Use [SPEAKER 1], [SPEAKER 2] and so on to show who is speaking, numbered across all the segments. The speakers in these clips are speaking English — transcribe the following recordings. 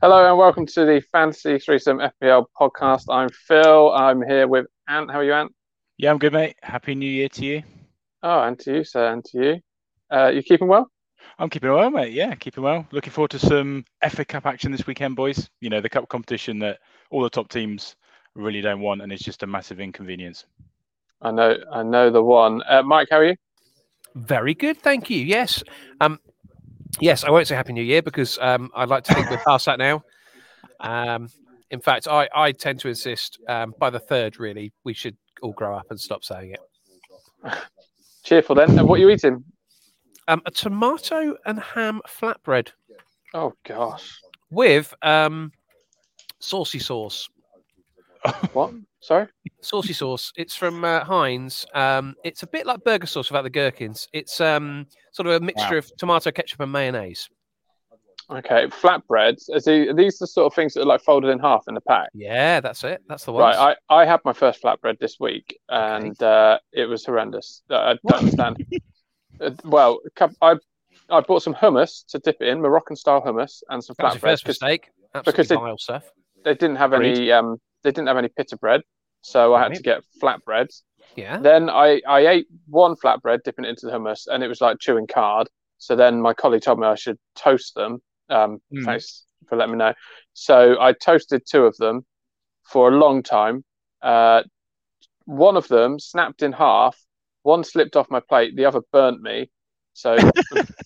[SPEAKER 1] Hello and welcome to the Fantasy Threesome FPL podcast. I'm Phil. I'm here with Ant. How are you, Ant?
[SPEAKER 2] Yeah, I'm good, mate. Happy New Year to you.
[SPEAKER 1] Oh, and to you, sir, and to you. Uh, you keeping well?
[SPEAKER 2] I'm keeping well, mate. Yeah, keeping well. Looking forward to some FA Cup action this weekend, boys. You know, the cup competition that all the top teams really don't want, and it's just a massive inconvenience.
[SPEAKER 1] I know, I know the one. Uh, Mike, how are you?
[SPEAKER 3] Very good, thank you. Yes, um, yes, I won't say Happy New Year because um, I'd like to think we're past that now. Um, in fact, I, I tend to insist um, by the third, really, we should all grow up and stop saying it.
[SPEAKER 1] Cheerful then. And what are you eating?
[SPEAKER 3] Um, a tomato and ham flatbread
[SPEAKER 1] Oh gosh,
[SPEAKER 3] with um, saucy sauce.
[SPEAKER 1] what? Sorry.
[SPEAKER 3] Saucy sauce. It's from uh, Heinz. Um, it's a bit like burger sauce without the gherkins. It's um, sort of a mixture of tomato, ketchup, and mayonnaise.
[SPEAKER 1] Okay, flatbreads. Is the- are these the sort of things that are like folded in half in the pack?
[SPEAKER 3] Yeah, that's it. That's the one.
[SPEAKER 1] Right. I, I had my first flatbread this week, and uh, it was horrendous. Uh, I don't understand. Uh, well, a coup- I I bought some hummus to dip it in, Moroccan style hummus, and some
[SPEAKER 3] that was
[SPEAKER 1] flatbreads
[SPEAKER 3] your first
[SPEAKER 1] because
[SPEAKER 3] mistake. Absolutely
[SPEAKER 1] because they-
[SPEAKER 3] vile stuff.
[SPEAKER 1] they didn't have any um they didn't have any pita bread, so I had to get flatbreads.
[SPEAKER 3] Yeah.
[SPEAKER 1] Then I I ate one flatbread dipping it into the hummus, and it was like chewing card. So then my colleague told me I should toast them. Um,
[SPEAKER 2] Mm.
[SPEAKER 1] Thanks for letting me know. So I toasted two of them for a long time. Uh, one of them snapped in half. One slipped off my plate. The other burnt me. So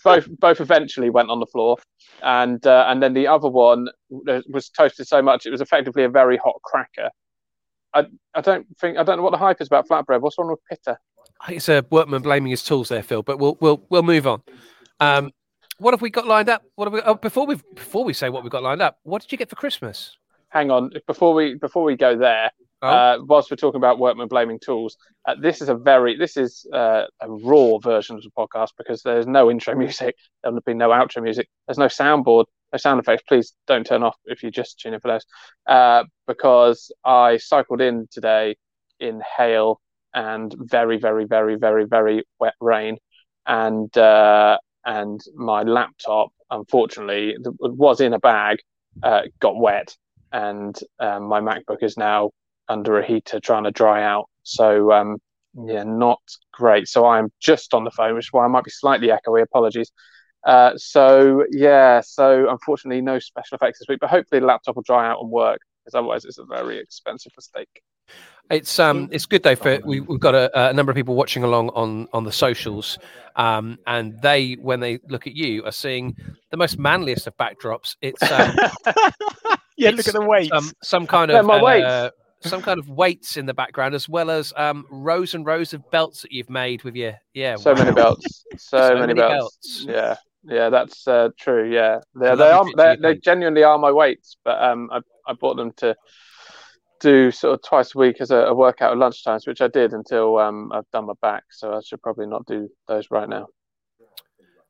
[SPEAKER 1] both both eventually went on the floor, and uh, and then the other one was toasted so much it was effectively a very hot cracker. I I don't think I don't know what the hype is about flatbread. What's wrong with pita?
[SPEAKER 3] It's a workman blaming his tools there, Phil. But we'll we'll we'll move on. Um, what have we got lined up? What have we? Oh, before we before we say what we've got lined up, what did you get for Christmas?
[SPEAKER 1] Hang on before we before we go there.
[SPEAKER 3] Oh,
[SPEAKER 1] Uh, whilst we're talking about workmen blaming tools, uh, this is a very this is uh, a raw version of the podcast because there's no intro music, there'll be no outro music, there's no soundboard, no sound effects. Please don't turn off if you just tune in for those. Uh, because I cycled in today in hail and very very very very very wet rain, and uh, and my laptop unfortunately th- was in a bag, uh, got wet. And um, my MacBook is now under a heater trying to dry out. So um, yeah, not great. So I'm just on the phone, which is why I might be slightly echoey. Apologies. Uh, so yeah, so unfortunately no special effects this week, but hopefully the laptop will dry out and work because otherwise it's a very expensive mistake.
[SPEAKER 3] It's um, it's good though. For we, we've got a, a number of people watching along on on the socials, um, and they when they look at you are seeing the most manliest of backdrops. It's um,
[SPEAKER 2] yeah,
[SPEAKER 3] It's,
[SPEAKER 2] look at the weights.
[SPEAKER 3] some some kind
[SPEAKER 1] Yeah,
[SPEAKER 3] of uh,
[SPEAKER 1] my weights.
[SPEAKER 3] some kind of weights in the background, as well as um, rows and rows of belts that you've made with your yeah.
[SPEAKER 1] So many
[SPEAKER 3] wow.
[SPEAKER 1] belts. So,
[SPEAKER 3] So
[SPEAKER 1] many,
[SPEAKER 3] many
[SPEAKER 1] belts.
[SPEAKER 3] belts.
[SPEAKER 1] Yeah. Yeah, that's uh, true. Yeah, they
[SPEAKER 3] a
[SPEAKER 1] they
[SPEAKER 3] lovely
[SPEAKER 1] are
[SPEAKER 3] fit to
[SPEAKER 1] they
[SPEAKER 3] your
[SPEAKER 1] they
[SPEAKER 3] face.
[SPEAKER 1] genuinely are my weights, but um, I I bought them to do sort of twice a week as a, a workout at lunchtimes, which I did until um I've done my back, so I should probably not do those right now.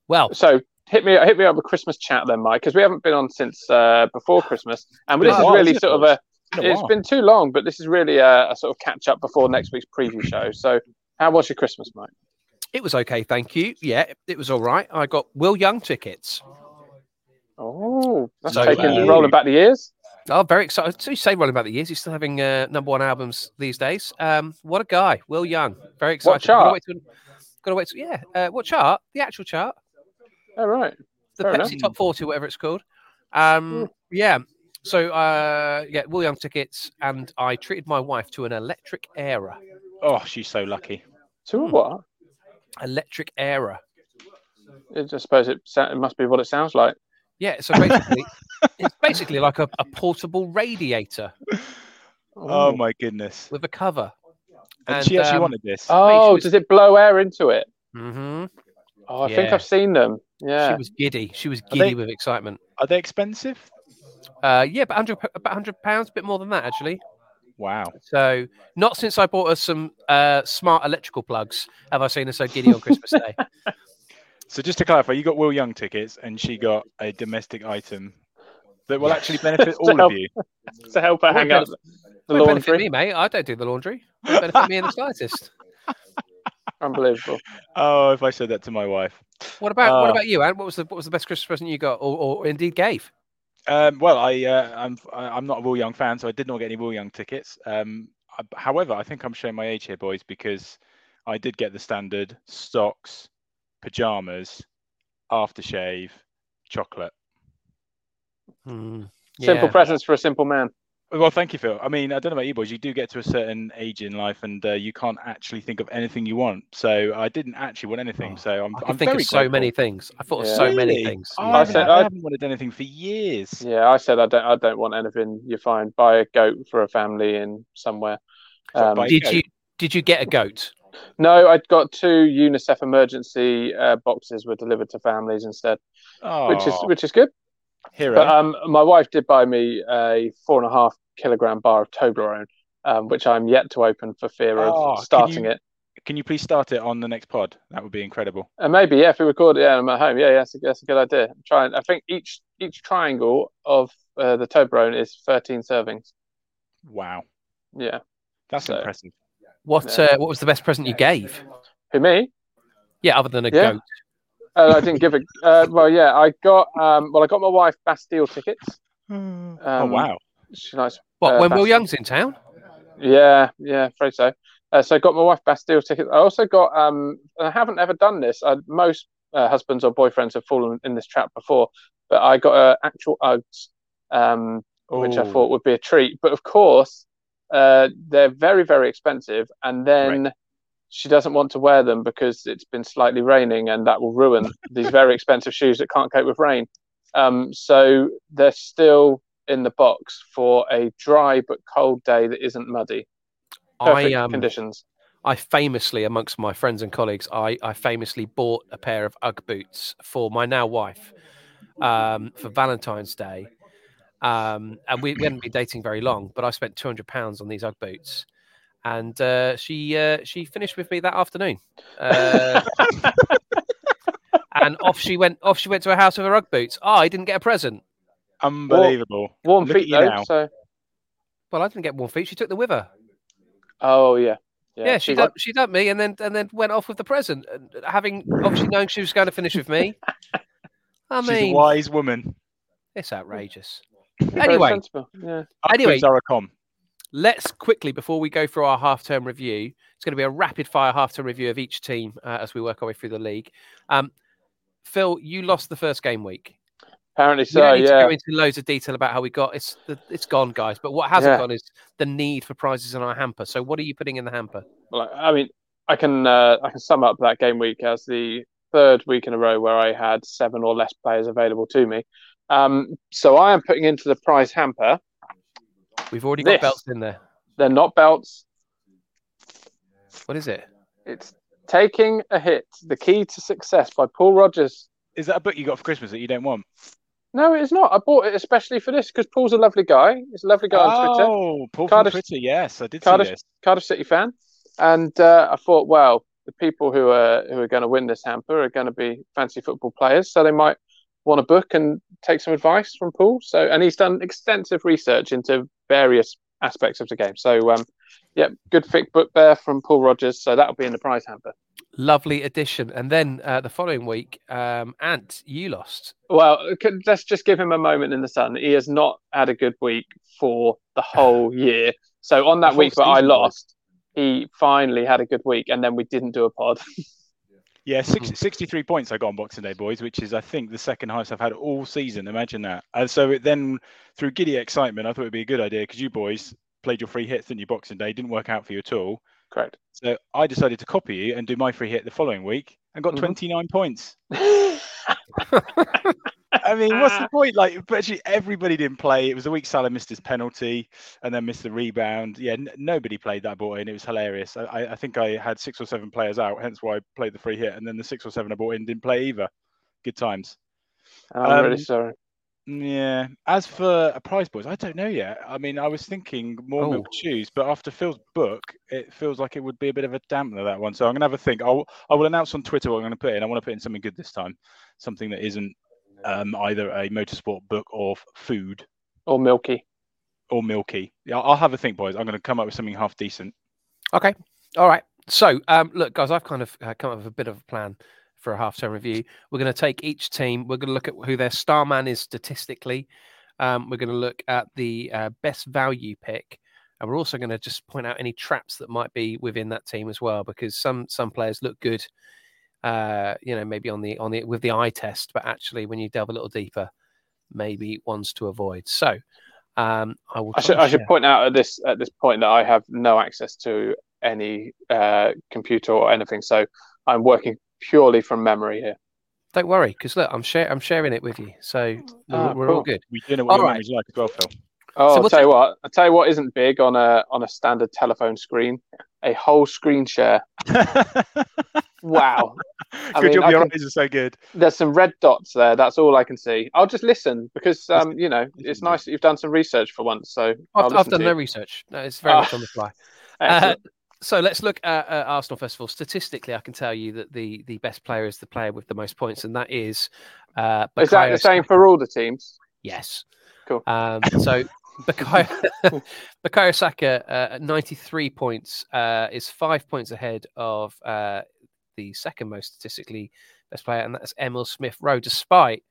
[SPEAKER 3] Well,
[SPEAKER 1] So hit me hit me up with Christmas chat then, Mike, because we haven't been on since uh, before Christmas, and
[SPEAKER 2] Been
[SPEAKER 1] this
[SPEAKER 2] a
[SPEAKER 1] is
[SPEAKER 2] while,
[SPEAKER 1] really
[SPEAKER 2] isn't it,
[SPEAKER 1] sort of
[SPEAKER 2] boys?
[SPEAKER 1] a
[SPEAKER 2] Been a
[SPEAKER 1] it's
[SPEAKER 2] while.
[SPEAKER 1] been too long, but this is really a, a sort of catch up before next week's preview show. So how was your Christmas, Mike?
[SPEAKER 3] it was okay, thank you. Yeah, it was all right. I got Will Young tickets.
[SPEAKER 1] Oh, that's
[SPEAKER 3] So,
[SPEAKER 1] taking
[SPEAKER 2] uh,
[SPEAKER 1] rolling back the years.
[SPEAKER 3] Oh, very excited. So you say rolling about the years. He's still having uh, number one albums these days. Um, what a guy, Will Young. Very excited.
[SPEAKER 1] chart?
[SPEAKER 3] Got to wait. To, yeah. Uh, what chart? The actual chart.
[SPEAKER 1] All right.
[SPEAKER 3] The
[SPEAKER 1] Fair Hmm.
[SPEAKER 3] Pepsi
[SPEAKER 2] enough.
[SPEAKER 3] Top Forty, whatever it's called. Um, yeah. So uh, yeah, Will Young tickets, and I treated my wife to an electric era.
[SPEAKER 2] Oh, she's so lucky.
[SPEAKER 1] To
[SPEAKER 2] Hmm.
[SPEAKER 1] a what?
[SPEAKER 3] Electric era.
[SPEAKER 1] It, I suppose it, sa- it must be what it sounds like.
[SPEAKER 3] Yeah. So basically, it's basically like a, a portable radiator
[SPEAKER 2] Oh
[SPEAKER 1] Ooh.
[SPEAKER 2] my goodness.
[SPEAKER 3] with a cover.
[SPEAKER 2] And,
[SPEAKER 3] And,
[SPEAKER 2] she actually
[SPEAKER 3] um,
[SPEAKER 2] wanted this.
[SPEAKER 1] Oh,
[SPEAKER 3] she was-
[SPEAKER 1] does it blow air into it?
[SPEAKER 2] Mm-hmm.
[SPEAKER 3] hmm
[SPEAKER 1] Oh, I think
[SPEAKER 3] Yeah.
[SPEAKER 1] I've seen them.
[SPEAKER 3] She
[SPEAKER 1] Yeah.
[SPEAKER 3] was giddy. She was
[SPEAKER 2] they-
[SPEAKER 3] giddy with excitement.
[SPEAKER 2] Are they expensive?
[SPEAKER 3] Uh, yeah, about hundred about hundred pounds, a bit more than that actually.
[SPEAKER 2] Wow.
[SPEAKER 3] So not since I bought her some uh, smart electrical plugs have I seen her so giddy on Christmas Day.
[SPEAKER 2] So just to clarify, you got Will Young tickets, and she got a domestic item that will actually benefit all of you.
[SPEAKER 1] To help her hang up the
[SPEAKER 3] Won't benefit
[SPEAKER 1] laundry.
[SPEAKER 3] me, mate. I don't do the laundry. Won't benefit me in the slightest.
[SPEAKER 1] Unbelievable.
[SPEAKER 2] Oh, if I said that to my wife.
[SPEAKER 3] What about
[SPEAKER 2] Uh,
[SPEAKER 3] what about you, Anne? What was the what was the best Christmas present you got, or, or indeed gave?
[SPEAKER 2] Um, well, I, uh, I'm I- I'm not a Will Young fan, so I did not get any Will Young tickets. Um, I, however, I think I'm showing my age here, boys, because I did get the standard socks, pajamas, aftershave, chocolate.
[SPEAKER 3] Hmm.
[SPEAKER 1] Simple
[SPEAKER 3] Yeah.
[SPEAKER 1] presence for a simple man.
[SPEAKER 2] Well, thank you, Phil. I mean, I don't know about you boys. You do get to a certain age in life, and uh, you can't actually think of anything you want. So I didn't actually want anything.
[SPEAKER 3] Oh,
[SPEAKER 2] so I'm,
[SPEAKER 3] I
[SPEAKER 2] I'm
[SPEAKER 3] can think
[SPEAKER 2] very
[SPEAKER 3] of so
[SPEAKER 2] grateful.
[SPEAKER 3] many things. I thought
[SPEAKER 1] Yeah.
[SPEAKER 3] of so many
[SPEAKER 2] Really?
[SPEAKER 3] things.
[SPEAKER 2] I,
[SPEAKER 1] I
[SPEAKER 2] haven't,
[SPEAKER 1] said-
[SPEAKER 2] I
[SPEAKER 1] I-
[SPEAKER 2] haven't wanted anything for years.
[SPEAKER 1] Yeah, I said I don't. I don't want anything. You're fine. Buy a goat for a family in somewhere. Um,
[SPEAKER 2] Buy-
[SPEAKER 3] Did
[SPEAKER 2] goat.
[SPEAKER 3] you did you get a goat?
[SPEAKER 1] no, I got two UNICEF emergency uh, boxes were delivered to families instead, which is
[SPEAKER 2] Oh,
[SPEAKER 1] which is good.
[SPEAKER 2] hero.
[SPEAKER 1] But um, my wife did buy me a four and a half kilogram bar of Toblerone, um, which I'm yet to open for fear of
[SPEAKER 2] Oh, can
[SPEAKER 1] starting
[SPEAKER 2] you-
[SPEAKER 1] it.
[SPEAKER 2] Can you please start it on the next pod? That would be incredible.
[SPEAKER 1] And maybe yeah, if we record it yeah, I'm at home, yeah, yeah, that's a, that's a good idea. I'm trying. I think each each triangle of uh, the Toblerone is 13 servings.
[SPEAKER 2] Wow,
[SPEAKER 1] Yeah,
[SPEAKER 2] that's
[SPEAKER 1] So-
[SPEAKER 2] impressive.
[SPEAKER 3] What
[SPEAKER 1] Yeah.
[SPEAKER 3] uh, what was the best present you gave?
[SPEAKER 1] for me.
[SPEAKER 3] Yeah, other than a
[SPEAKER 1] Yeah.
[SPEAKER 3] goat.
[SPEAKER 1] Uh, I didn't give it. Uh, well, yeah, I got. Um, well, I got my wife Bastille tickets.
[SPEAKER 2] oh
[SPEAKER 3] Hmm.
[SPEAKER 1] Um,
[SPEAKER 2] wow,
[SPEAKER 1] She likes.
[SPEAKER 3] What
[SPEAKER 1] Uh,
[SPEAKER 3] when Will
[SPEAKER 1] that's-
[SPEAKER 3] Young's in town?
[SPEAKER 1] Yeah, yeah, afraid so. Uh, so I got my wife Bastille tickets. I also got. Um, and I haven't ever done this. I, most uh, husbands or boyfriends have fallen in this trap before, but I got uh, actual Uggs, um, which I
[SPEAKER 2] Ooh.
[SPEAKER 1] thought would be a treat. But of course, uh, they're very, very expensive, and then. She doesn't want to wear them because it's been slightly raining, and that will ruin these very expensive shoes that can't cope with rain. Um, so they're still in the box for a dry but cold day that isn't muddy. Perfect
[SPEAKER 3] I um
[SPEAKER 1] conditions.
[SPEAKER 3] I famously amongst my friends and colleagues, I, I famously bought a pair of UGG boots for my now wife um, for Valentine's Day. Um, and we, we hadn't been dating very long, but I spent two hundred pounds on these UGG boots, and uh, she uh, she finished with me that afternoon. Uh, and off she went. Off she went to her house with her UGG boots. I didn't get a present.
[SPEAKER 2] unbelievable.
[SPEAKER 1] Warm
[SPEAKER 2] Look at
[SPEAKER 1] feet
[SPEAKER 2] you
[SPEAKER 1] though.
[SPEAKER 2] now.
[SPEAKER 1] So,
[SPEAKER 3] Well, I didn't get one feet. She took the with her.
[SPEAKER 1] oh yeah,
[SPEAKER 3] Yeah, she
[SPEAKER 1] got-
[SPEAKER 3] dumped, she dumped me, and then and then went off with the present, and having obviously known she was going to finish with me. I
[SPEAKER 2] She's a
[SPEAKER 3] mean,
[SPEAKER 2] wise woman.
[SPEAKER 3] it's outrageous.
[SPEAKER 1] very
[SPEAKER 3] Anyway.
[SPEAKER 1] sensible, Yeah.
[SPEAKER 3] Anyway.
[SPEAKER 2] Upwards are a com.
[SPEAKER 3] Let's quickly, before we go through our half-term review, it's going to be a rapid-fire half-term review of each team uh, as we work our way through the league. Um, Phil, you lost the first game week.
[SPEAKER 1] Apparently
[SPEAKER 3] we
[SPEAKER 1] so.
[SPEAKER 3] don't need to
[SPEAKER 1] Yeah.
[SPEAKER 3] go into loads of detail about how we got it's the, it's gone, guys. But what hasn't
[SPEAKER 1] Yeah.
[SPEAKER 3] gone is the need for prizes in our hamper. So what are you putting in the hamper?
[SPEAKER 1] Well, I I mean, I can uh, I can sum up that game week as the third week in a row where I had seven or less players available to me. Um, so I am putting into the prize hamper.
[SPEAKER 3] We've already
[SPEAKER 1] This.
[SPEAKER 3] got belts in there.
[SPEAKER 1] They're not belts.
[SPEAKER 3] What is it?
[SPEAKER 1] It's taking a hit. The key to success by Paul Rogers.
[SPEAKER 2] Is that a book you got for Christmas that you don't want?
[SPEAKER 1] No, it is not. I bought it especially for this because Paul's a lovely guy. He's a lovely guy on Twitter,
[SPEAKER 2] oh, Paul
[SPEAKER 1] Cardiff-
[SPEAKER 2] from Twitter. Yes, I did
[SPEAKER 1] Cardiff-
[SPEAKER 2] see this.
[SPEAKER 1] Cardiff City fan, and uh, I thought, well, the people who are who are going to win this hamper are going to be fancy football players, so they might want a book and take some advice from Paul. So, and he's done extensive research into various aspects of the game. So, um, yeah, good thick book there from Paul Rogers. So that'll be in the prize hamper.
[SPEAKER 3] Lovely addition. And then uh, the following week, um, Ant, you lost.
[SPEAKER 1] Well, c- let's just give him a moment in the sun. He has not had a good week for the whole year. So on
[SPEAKER 2] The
[SPEAKER 1] that
[SPEAKER 2] whole
[SPEAKER 1] week that I
[SPEAKER 2] season, right?
[SPEAKER 1] lost, he finally had a good week, and then we didn't do a pod.
[SPEAKER 2] Yeah,
[SPEAKER 1] Hmm.
[SPEAKER 2] 60, 63 points I got on Boxing Day, boys, which is, I think, the second highest I've had all season. Imagine that. And so it then, through giddy excitement, I thought it'd be a good idea because you boys played your free hits, didn't you, Boxing Day? Didn't work out for you at all.
[SPEAKER 1] Correct.
[SPEAKER 2] So I decided to copy you and do my free hit the following week and got
[SPEAKER 1] Mhm.
[SPEAKER 2] 29 points.
[SPEAKER 1] yeah,
[SPEAKER 2] I mean, what's the point? Like, but actually, everybody didn't play. It was the week Salah missed his penalty and then missed the rebound. Yeah, n- nobody played that ball in. It was hilarious. I- I, I think I had six or seven players out, hence why I played the free hit. And then the six or seven I bought in didn't play either. Good times.
[SPEAKER 1] I'm
[SPEAKER 2] Um,
[SPEAKER 1] really sorry.
[SPEAKER 2] Yeah. As for a prize boys, I don't know yet. I mean, I was thinking more milk
[SPEAKER 3] Oh.
[SPEAKER 2] chews, but after Phil's book, it feels like it would be a bit of a dampener that one. So I'm gonna have a think. I'll I will announce on Twitter what I'm gonna put in. I want to put in something good this time, something that isn't um, either a motorsport book or f- food
[SPEAKER 1] Or Milky.
[SPEAKER 2] or milky. Yeah, I'll have a think, boys. I'm gonna come up with something half decent.
[SPEAKER 3] All right. So, um, look, guys, I've kind of uh, come up with a bit of a plan for a half-term review. We're going to take each team. We're going to look at who their star man is statistically. Um, we're going to look at the uh, best value pick, and we're also going to just point out any traps that might be within that team as well, because some some players look good, uh, you know, maybe on the on the with the eye test, but actually when you delve a little deeper, maybe ones to avoid. So um, I will.
[SPEAKER 1] I should,
[SPEAKER 3] try
[SPEAKER 1] I
[SPEAKER 3] and
[SPEAKER 1] should
[SPEAKER 3] share-
[SPEAKER 1] point out at this at this point that I have no access to any uh, computer or anything, so I'm working purely from memory here.
[SPEAKER 3] Don't worry, because look, I'm share, I'm sharing it with you, so we're,
[SPEAKER 1] Ah,
[SPEAKER 3] we're all
[SPEAKER 1] cool.
[SPEAKER 3] good.
[SPEAKER 2] We do know what your
[SPEAKER 3] Alright.
[SPEAKER 2] memory's like as well, Phil.
[SPEAKER 1] Oh, I'll
[SPEAKER 3] what's
[SPEAKER 1] tell you what. I'll tell you what isn't big on a on a standard telephone screen. A whole screen share. Wow.
[SPEAKER 2] Good
[SPEAKER 1] mean,
[SPEAKER 2] job,
[SPEAKER 1] I
[SPEAKER 2] your
[SPEAKER 1] can-
[SPEAKER 2] eyes are so good.
[SPEAKER 1] There's some red dots there. That's all I can see. I'll just listen because um, you know, it's nice that you've done some research for once. So I'll
[SPEAKER 3] I've, I've
[SPEAKER 1] listen
[SPEAKER 3] done
[SPEAKER 1] to
[SPEAKER 3] no
[SPEAKER 1] you.
[SPEAKER 3] research. No, it's very
[SPEAKER 1] Ah.
[SPEAKER 3] much on the fly. Uh,
[SPEAKER 1] Excellent.
[SPEAKER 3] so let's look at uh, Arsenal first of all. Statistically, I can tell you that the the best player is the player with the most points, and that is. Uh,
[SPEAKER 1] Is that the
[SPEAKER 3] Bukayo
[SPEAKER 1] same for all the teams?
[SPEAKER 3] Yes.
[SPEAKER 1] Cool.
[SPEAKER 3] Um, so Bakayo, Bakayo Saka uh, at 93 points uh, is five points ahead of uh, the second most statistically best player, and that's Emil Smith Rowe, despite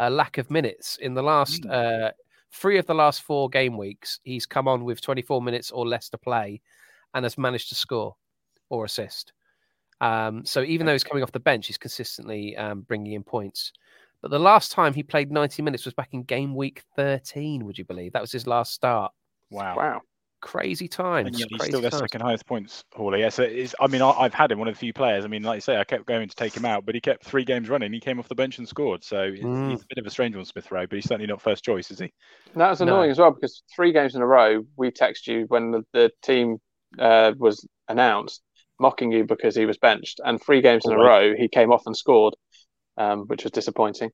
[SPEAKER 3] a lack of minutes in the last uh, three of the last four game weeks. He's come on with 24 minutes or less to play and has managed to score or assist. Um, so even though he's coming off the bench, he's consistently um, bringing in points. But the last time he played 90 minutes was back in game week 13, would you believe? That was his last start.
[SPEAKER 2] Wow.
[SPEAKER 1] Wow.
[SPEAKER 3] Crazy times.
[SPEAKER 2] And yet he's
[SPEAKER 3] crazy
[SPEAKER 2] still their
[SPEAKER 3] times.
[SPEAKER 2] second highest points hauler. Yeah, so it's, I mean, I, I've had him one of the few players. I mean, like you say, I kept going to take him out, but he kept three games running. He came off the bench and scored. So it-
[SPEAKER 3] Mm.
[SPEAKER 2] he's a bit of a strange one, Smith Rowe, but he's certainly not first choice, is he?
[SPEAKER 1] And that was
[SPEAKER 3] No.
[SPEAKER 1] annoying as well because three games in a row we text you when the, the team uh, was announced, mocking you because he was benched, and three games in a row he came off and scored, um, which was disappointing.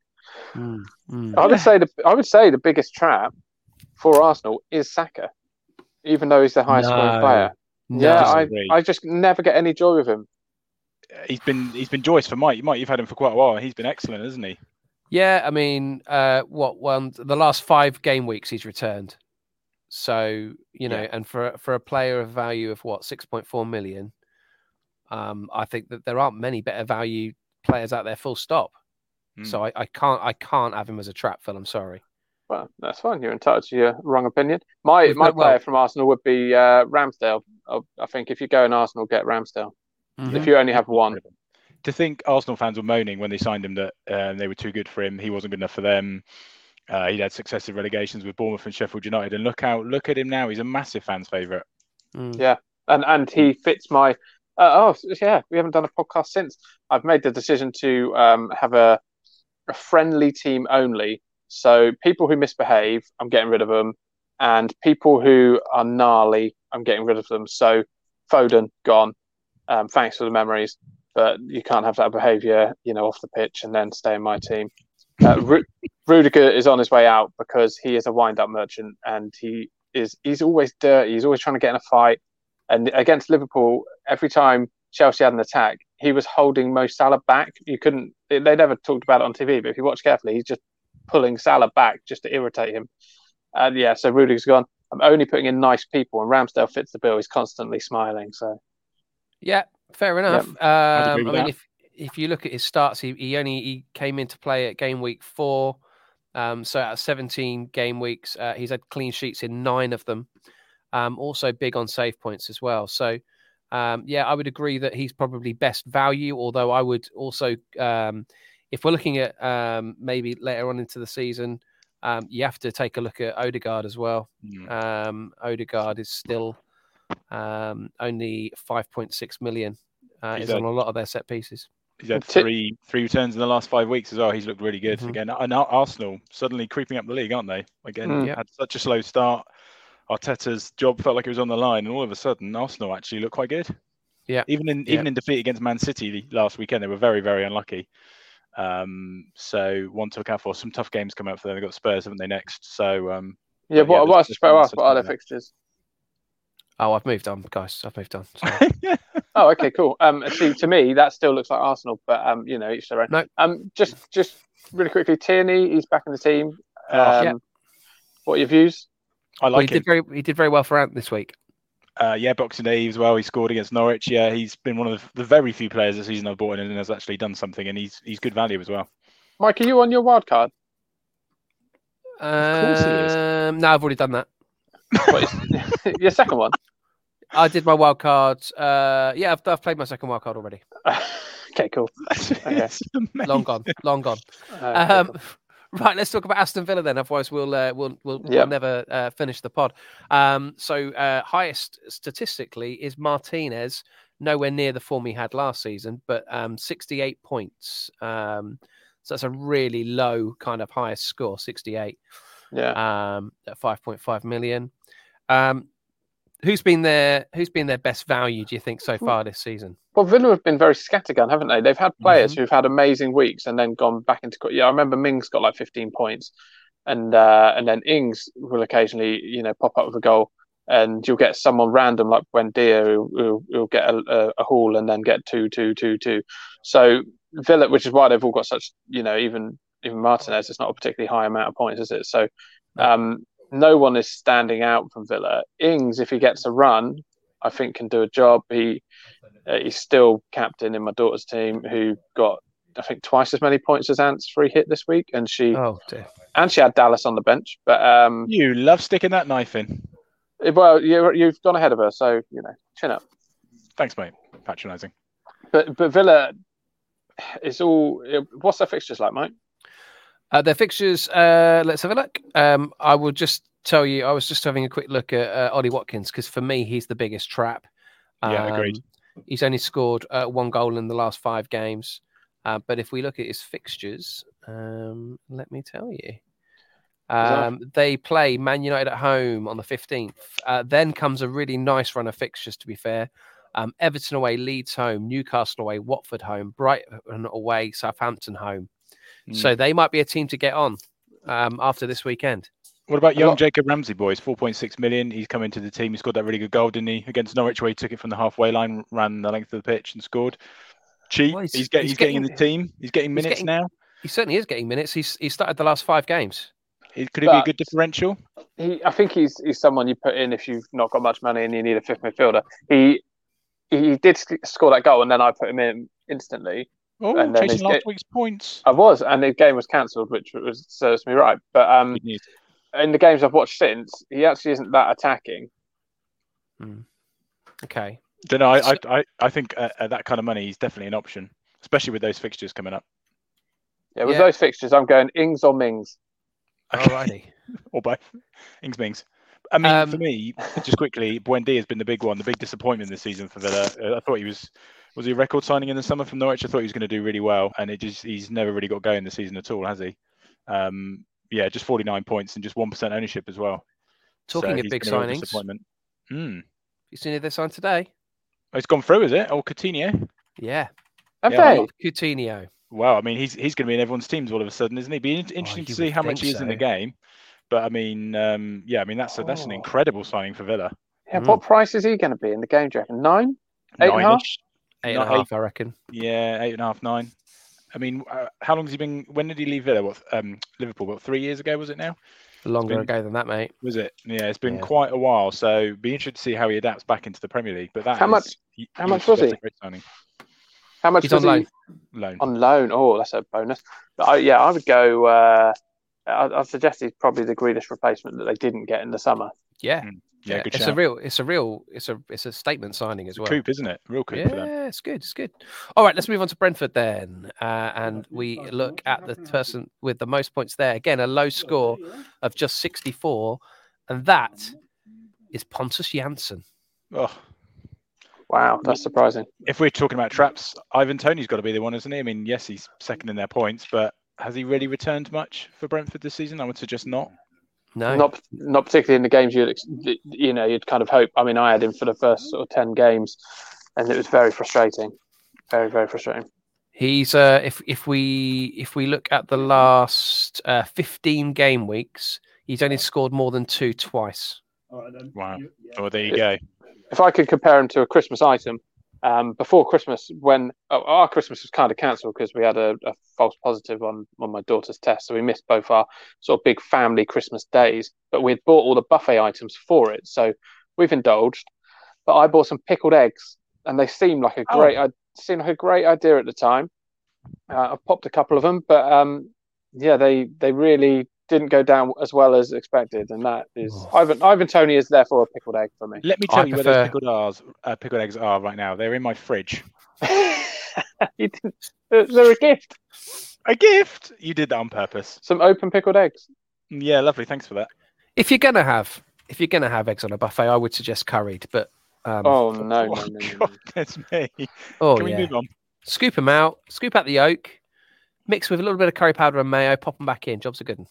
[SPEAKER 3] Mm, mm.
[SPEAKER 1] I
[SPEAKER 2] Yeah.
[SPEAKER 1] would say the I would say the biggest trap for Arsenal is Saka, even though he's the highest
[SPEAKER 3] No.
[SPEAKER 1] scoring player.
[SPEAKER 3] No.
[SPEAKER 1] yeah, I,
[SPEAKER 2] Disagree.
[SPEAKER 1] I just never get any joy with him.
[SPEAKER 2] Uh, He's been he's been Joyce for Mike. Mike, you've had him for quite a while. He's been excellent, hasn't he?
[SPEAKER 3] Yeah, I mean, uh, what one? The last five game weeks he's returned. So you know,
[SPEAKER 2] Yeah.
[SPEAKER 3] and for a- for a player of value of what six point four million, um, I think that there aren't many better value players out there. Full stop.
[SPEAKER 2] Mm.
[SPEAKER 3] So I, I can't I can't have him as a trap, Phil. I'm sorry.
[SPEAKER 1] Well, that's fine. You're entitled to your wrong opinion. My
[SPEAKER 3] We've
[SPEAKER 1] my
[SPEAKER 3] got- well-
[SPEAKER 1] player from Arsenal would be uh, Ramsdale. I, I think if you go in Arsenal, get Ramsdale. If you only have one,
[SPEAKER 2] To think Arsenal fans were moaning when they signed him that um, they were too good for him. He wasn't good enough for them. Uh, he'd had successive relegations with Bournemouth and Sheffield United. And look out, look at him now. He's a massive fans' favourite.
[SPEAKER 3] Mm.
[SPEAKER 1] and and he fits my. Uh, oh yeah, we haven't done a podcast since. I've made the decision to um, have a a friendly team only. So people who misbehave, I'm getting rid of them, and people who are gnarly, I'm getting rid of them. So Foden gone. Um, thanks for the memories, but you can't have that behaviour, you know, off the pitch and then stay in my team. Uh, Ru- Rudiger is on his way out because he is a wind-up merchant and he is he's always dirty. He's always trying to get in a fight. And against Liverpool, every time Chelsea had an attack, he was holding Mo Salah back. You couldn't. They they never talked about it on TV, but if you watch carefully, he's just pulling Salah back just to irritate him. And yeah, so Rudiger's gone. I'm only putting in nice people, and Ramsdale fits the bill. He's constantly smiling. So
[SPEAKER 3] Yeah, fair
[SPEAKER 2] I'd
[SPEAKER 3] enough.
[SPEAKER 2] agree
[SPEAKER 3] Um, I
[SPEAKER 2] with
[SPEAKER 3] mean,
[SPEAKER 2] that.
[SPEAKER 3] if if you look at his starts, he, he only he came into play at game week four. Um, so out of 17 game weeks, uh, he's had clean sheets in nine of them. Um, also big on save points as well. So um, yeah, I would agree that he's probably best value. Although I would also, um, if we're looking at um, maybe later on into the season, um, you have to take a look at Odegaard as well.
[SPEAKER 2] Mm.
[SPEAKER 3] Um, Odegaard is still um, only 5.6 million. Uh,
[SPEAKER 2] He's
[SPEAKER 3] is on a lot of their set pieces.
[SPEAKER 2] He's had
[SPEAKER 1] Ti-
[SPEAKER 2] three three returns in the last five weeks as well. He's looked really good
[SPEAKER 3] Mhm.
[SPEAKER 2] again. And now Arsenal suddenly creeping up the league, aren't they? Again,
[SPEAKER 1] Mm.
[SPEAKER 3] Yep.
[SPEAKER 2] had such a slow start. Arteta's job felt like it was on the line, and all of a sudden, Arsenal actually looked quite good.
[SPEAKER 3] Yeah.
[SPEAKER 2] even in
[SPEAKER 3] Yeah.
[SPEAKER 2] even in defeat against Man City last weekend, they were very very unlucky. Um, so one to account for. Some tough games come out for them. They have got Spurs, haven't they? Next, so um,
[SPEAKER 1] yeah,
[SPEAKER 2] Yeah,
[SPEAKER 1] what
[SPEAKER 2] there's-
[SPEAKER 1] what else
[SPEAKER 2] there's
[SPEAKER 1] to show us?
[SPEAKER 2] some
[SPEAKER 1] What are their
[SPEAKER 2] there.
[SPEAKER 1] fixtures?
[SPEAKER 3] Oh, I've moved on, guys. I've moved on. Sorry.
[SPEAKER 1] Oh, okay, cool. Um, see, to me, that still looks like Arsenal, but um, you know, each their own.
[SPEAKER 3] No.
[SPEAKER 1] Um, just just really quickly, Tierney, he's back in the team. Um,
[SPEAKER 2] Oh,
[SPEAKER 3] yeah.
[SPEAKER 1] What are your views?
[SPEAKER 2] I
[SPEAKER 3] Well, he
[SPEAKER 2] like it.
[SPEAKER 3] did very he did very well for Ant this week.
[SPEAKER 2] Uh, yeah, Boxing Day as well. He scored against Norwich. Yeah, he's been one of the, the very few players this season I've bought in and has actually done something, and he's he's good value as well.
[SPEAKER 1] Mike, are you on your wild card?
[SPEAKER 3] Um,
[SPEAKER 4] course it is.
[SPEAKER 3] No, I've already done that.
[SPEAKER 1] What is- your second one.
[SPEAKER 3] I did my wild card. Uh, yeah, I've, I've played my second wild card already.
[SPEAKER 1] okay, cool.
[SPEAKER 2] It's amazing.
[SPEAKER 3] Long gone, long gone.
[SPEAKER 1] Uh,
[SPEAKER 3] Um, right, let's talk about Aston Villa then. Otherwise, we'll uh, we'll we'll, we'll
[SPEAKER 1] Yep.
[SPEAKER 3] never uh, finish the pod. Um, so uh, highest statistically is Martinez, nowhere near the form he had last season, but um, 68 points. Um, so that's a really low kind of highest score, 68
[SPEAKER 1] yeah.
[SPEAKER 3] um, at 5.5 million. Um, who's been their Who's been their best value? Do you think so far this season?
[SPEAKER 1] Well, Villa have been very scattergun, haven't they? They've had players who've had amazing weeks and then gone back into. Yeah, I remember Mings got like 15 points, and uh, and then Ings will occasionally, you know, pop up with a goal, and you'll get someone random like Buendia who who who'll get a, a, a haul and then get two, two, two, two. So Villa, which is why they've all got such, you know, even even Martinez, it's not a particularly high amount of points, is it? So. Um, no one is standing out from Villa. Ings, if he gets a run, I think can do a job. He uh, he's still captain in my daughter's team, who got I think twice as many points as Ant's free hit this week, and she
[SPEAKER 3] Oh dear.
[SPEAKER 1] and she had Dallas on the bench. But um,
[SPEAKER 2] You love sticking that knife in.
[SPEAKER 1] eh, well, you you've gone ahead of her, so you know, chin up.
[SPEAKER 2] Thanks, mate. Patronising.
[SPEAKER 1] But but Villa, it's all it- what's their fixtures like, Mike?
[SPEAKER 3] Uh, their fixtures. Uh, let's have a look. Um, I will just tell you. I was just having a quick look at uh, Ollie Watkins because for me, he's the biggest trap.
[SPEAKER 2] Yeah, agreed.
[SPEAKER 3] Um, He's only scored uh, one goal in the last five games. Uh, but if we look at his fixtures, um, let me tell you.
[SPEAKER 1] that-
[SPEAKER 3] Um, they play Man United at home on the 15th. Uh, then comes a really nice run of fixtures, to be fair. Um, Everton away, Leeds home, Newcastle away, Watford home, Brighton away, Southampton home.
[SPEAKER 2] Mm.
[SPEAKER 3] So they might be a team to get on um, after this weekend.
[SPEAKER 2] What about
[SPEAKER 1] A
[SPEAKER 2] young
[SPEAKER 1] lot-
[SPEAKER 2] Jacob Ramsey, boys? 4.6 million. He's come into the team. He scored that really good goal, didn't he? Against Norwich, where he took it from the halfway line, ran the length of the pitch and scored. Cheap.
[SPEAKER 3] Well,
[SPEAKER 2] he's,
[SPEAKER 3] he's-
[SPEAKER 2] get,
[SPEAKER 3] he's
[SPEAKER 2] he's, getting, in
[SPEAKER 3] getting-
[SPEAKER 2] the team. He's getting
[SPEAKER 3] he's
[SPEAKER 2] minutes
[SPEAKER 3] getting-
[SPEAKER 2] now.
[SPEAKER 3] He certainly is getting minutes. He's he started the last five games.
[SPEAKER 2] He, could he be a
[SPEAKER 1] But-
[SPEAKER 2] good differential?
[SPEAKER 1] He, I think he's he's someone you put in if you've not got much money and you need a fifth midfielder. He he did sc- score that goal, and then I put him in instantly.
[SPEAKER 2] Oh,
[SPEAKER 1] and then
[SPEAKER 2] chasing
[SPEAKER 1] he's
[SPEAKER 2] last
[SPEAKER 1] get-
[SPEAKER 2] week's points.
[SPEAKER 1] I was, and the game was cancelled, which was serves me right. But um,
[SPEAKER 2] Good news.
[SPEAKER 1] in the games I've watched since, he actually isn't that attacking.
[SPEAKER 3] Okay.
[SPEAKER 2] Don't know. I,
[SPEAKER 3] So-
[SPEAKER 2] I, I, I think uh, at that kind of money, he's definitely an option, especially with those fixtures coming up.
[SPEAKER 1] Yeah, with
[SPEAKER 3] Yeah.
[SPEAKER 1] those fixtures, I'm going Ings or Mings.
[SPEAKER 2] Okay.
[SPEAKER 3] Alrighty.
[SPEAKER 2] or both. Ings Mings. I mean, for
[SPEAKER 3] Um,
[SPEAKER 2] me, just quickly, Buendia has been the big one, the big disappointment this season for Villa. Uh, I thought he was was he a record signing in the summer from Norwich. I thought he was going to do really well, and it just he's never really got going this season at all, has he? Um, yeah, just 49 points and just one percent ownership as well. So
[SPEAKER 3] Talking of
[SPEAKER 2] he's
[SPEAKER 3] big
[SPEAKER 2] been a real
[SPEAKER 3] signings,
[SPEAKER 2] disappointment. Mm.
[SPEAKER 3] you seen who they signed today?
[SPEAKER 2] Oh, it's gone through, is it? Oh, Coutinho.
[SPEAKER 3] Yeah,
[SPEAKER 1] Have
[SPEAKER 2] Yeah,
[SPEAKER 1] they?
[SPEAKER 2] well,
[SPEAKER 3] Coutinho.
[SPEAKER 2] Wow, I mean, he's he's going to be in everyone's teams all of a sudden, isn't he? Be in- interesting to
[SPEAKER 3] you
[SPEAKER 2] see
[SPEAKER 3] would
[SPEAKER 2] how much
[SPEAKER 3] think
[SPEAKER 2] he is in the
[SPEAKER 3] so.
[SPEAKER 2] game. But I mean, um, yeah, I mean that's a, that's an
[SPEAKER 1] Oh.
[SPEAKER 2] incredible signing for Villa.
[SPEAKER 1] Yeah, what price is he going to be in the game? Do you reckon nine? Eight and a half?
[SPEAKER 2] Nine-ish.
[SPEAKER 3] Eight and a
[SPEAKER 2] Not eight.
[SPEAKER 3] half, I reckon.
[SPEAKER 2] Yeah, eight and a half, nine. I mean, uh, how long's he been? When did he leave Villa? What, um, Liverpool? What, three years ago was it? Now
[SPEAKER 3] Longer
[SPEAKER 2] been-
[SPEAKER 3] ago than that, mate.
[SPEAKER 2] was it? Yeah, it's been
[SPEAKER 3] Yeah.
[SPEAKER 2] quite a while. So be interested to see how he adapts back into the Premier League. But that
[SPEAKER 1] How
[SPEAKER 2] is-
[SPEAKER 1] much-
[SPEAKER 2] y-
[SPEAKER 1] how
[SPEAKER 2] you
[SPEAKER 1] much
[SPEAKER 2] should
[SPEAKER 1] was
[SPEAKER 2] get
[SPEAKER 1] he?
[SPEAKER 2] a great signing.
[SPEAKER 1] How much
[SPEAKER 3] He's
[SPEAKER 1] was
[SPEAKER 3] on
[SPEAKER 1] he
[SPEAKER 3] loan.
[SPEAKER 2] Loan.
[SPEAKER 1] on loan? Oh, that's a bonus. But I, yeah, I would go. Uh, I, I suggest he's probably the Grealish replacement that they didn't get in the summer.
[SPEAKER 3] Yeah,
[SPEAKER 2] Mm, yeah, good
[SPEAKER 3] it's a
[SPEAKER 2] shout.
[SPEAKER 3] real, it's a real, it's a, it's a statement signing as
[SPEAKER 2] It's a coup,
[SPEAKER 3] well.
[SPEAKER 2] isn't it? Real coup
[SPEAKER 3] yeah,
[SPEAKER 2] for them.
[SPEAKER 3] it's good. It's good. All right, let's move on to Brentford then, uh, and we look at the person with the most points there. Again, a low score of just sixty-four, and that is Pontus Janssen.
[SPEAKER 2] Oh,
[SPEAKER 1] Wow, that's surprising.
[SPEAKER 2] if we're talking about traps, Ivan Tony's got to be the one, isn't he? I mean, yes, he's second in their points, but has he really returned much for Brentford this season? I would suggest not.
[SPEAKER 3] No,
[SPEAKER 1] Not not particularly in the games you'd ex- you know you'd kind of hope. I mean, I had him for the first sort of ten games, and it was very frustrating, very very frustrating.
[SPEAKER 3] He's uh, if if we if we look at the last uh, fifteen game weeks, he's only scored more than two twice.
[SPEAKER 2] Wow. Oh, there you go.
[SPEAKER 1] If I could compare him to a Christmas item, um, before Christmas, when oh, our Christmas was kind of cancelled because we had a, a false positive on on my daughter's test, so we missed both our sort of big family Christmas days. But we'd bought all the buffet items for it, so we've indulged. But I bought some pickled eggs, and they seemed like a
[SPEAKER 2] Oh.
[SPEAKER 1] great I seemed like a great idea at the time. Uh, I popped a couple of them, but um, yeah, they they really didn't go down as well as expected, and that is Ivan Ivan Tony is therefore a pickled egg for me.
[SPEAKER 2] Let me
[SPEAKER 3] I
[SPEAKER 2] tell you where
[SPEAKER 3] prefer-
[SPEAKER 2] those pickled, R's, uh, pickled eggs are right now. They're in my fridge.
[SPEAKER 1] You didn't- is there a gift?
[SPEAKER 2] A gift. You did that on purpose.
[SPEAKER 1] Some open pickled eggs.
[SPEAKER 2] Yeah, lovely. Thanks for that.
[SPEAKER 3] If you're gonna have if you're gonna have eggs on a buffet, I would suggest curried. But um, oh,
[SPEAKER 1] Oh no! no, no,
[SPEAKER 2] oh,
[SPEAKER 1] no, no.
[SPEAKER 2] God, that's me. Can we
[SPEAKER 3] yeah.
[SPEAKER 2] move on?
[SPEAKER 3] scoop them out, scoop out the yolk, mix with a little bit of curry powder and mayo, pop them back in. Jobs are good. 'un.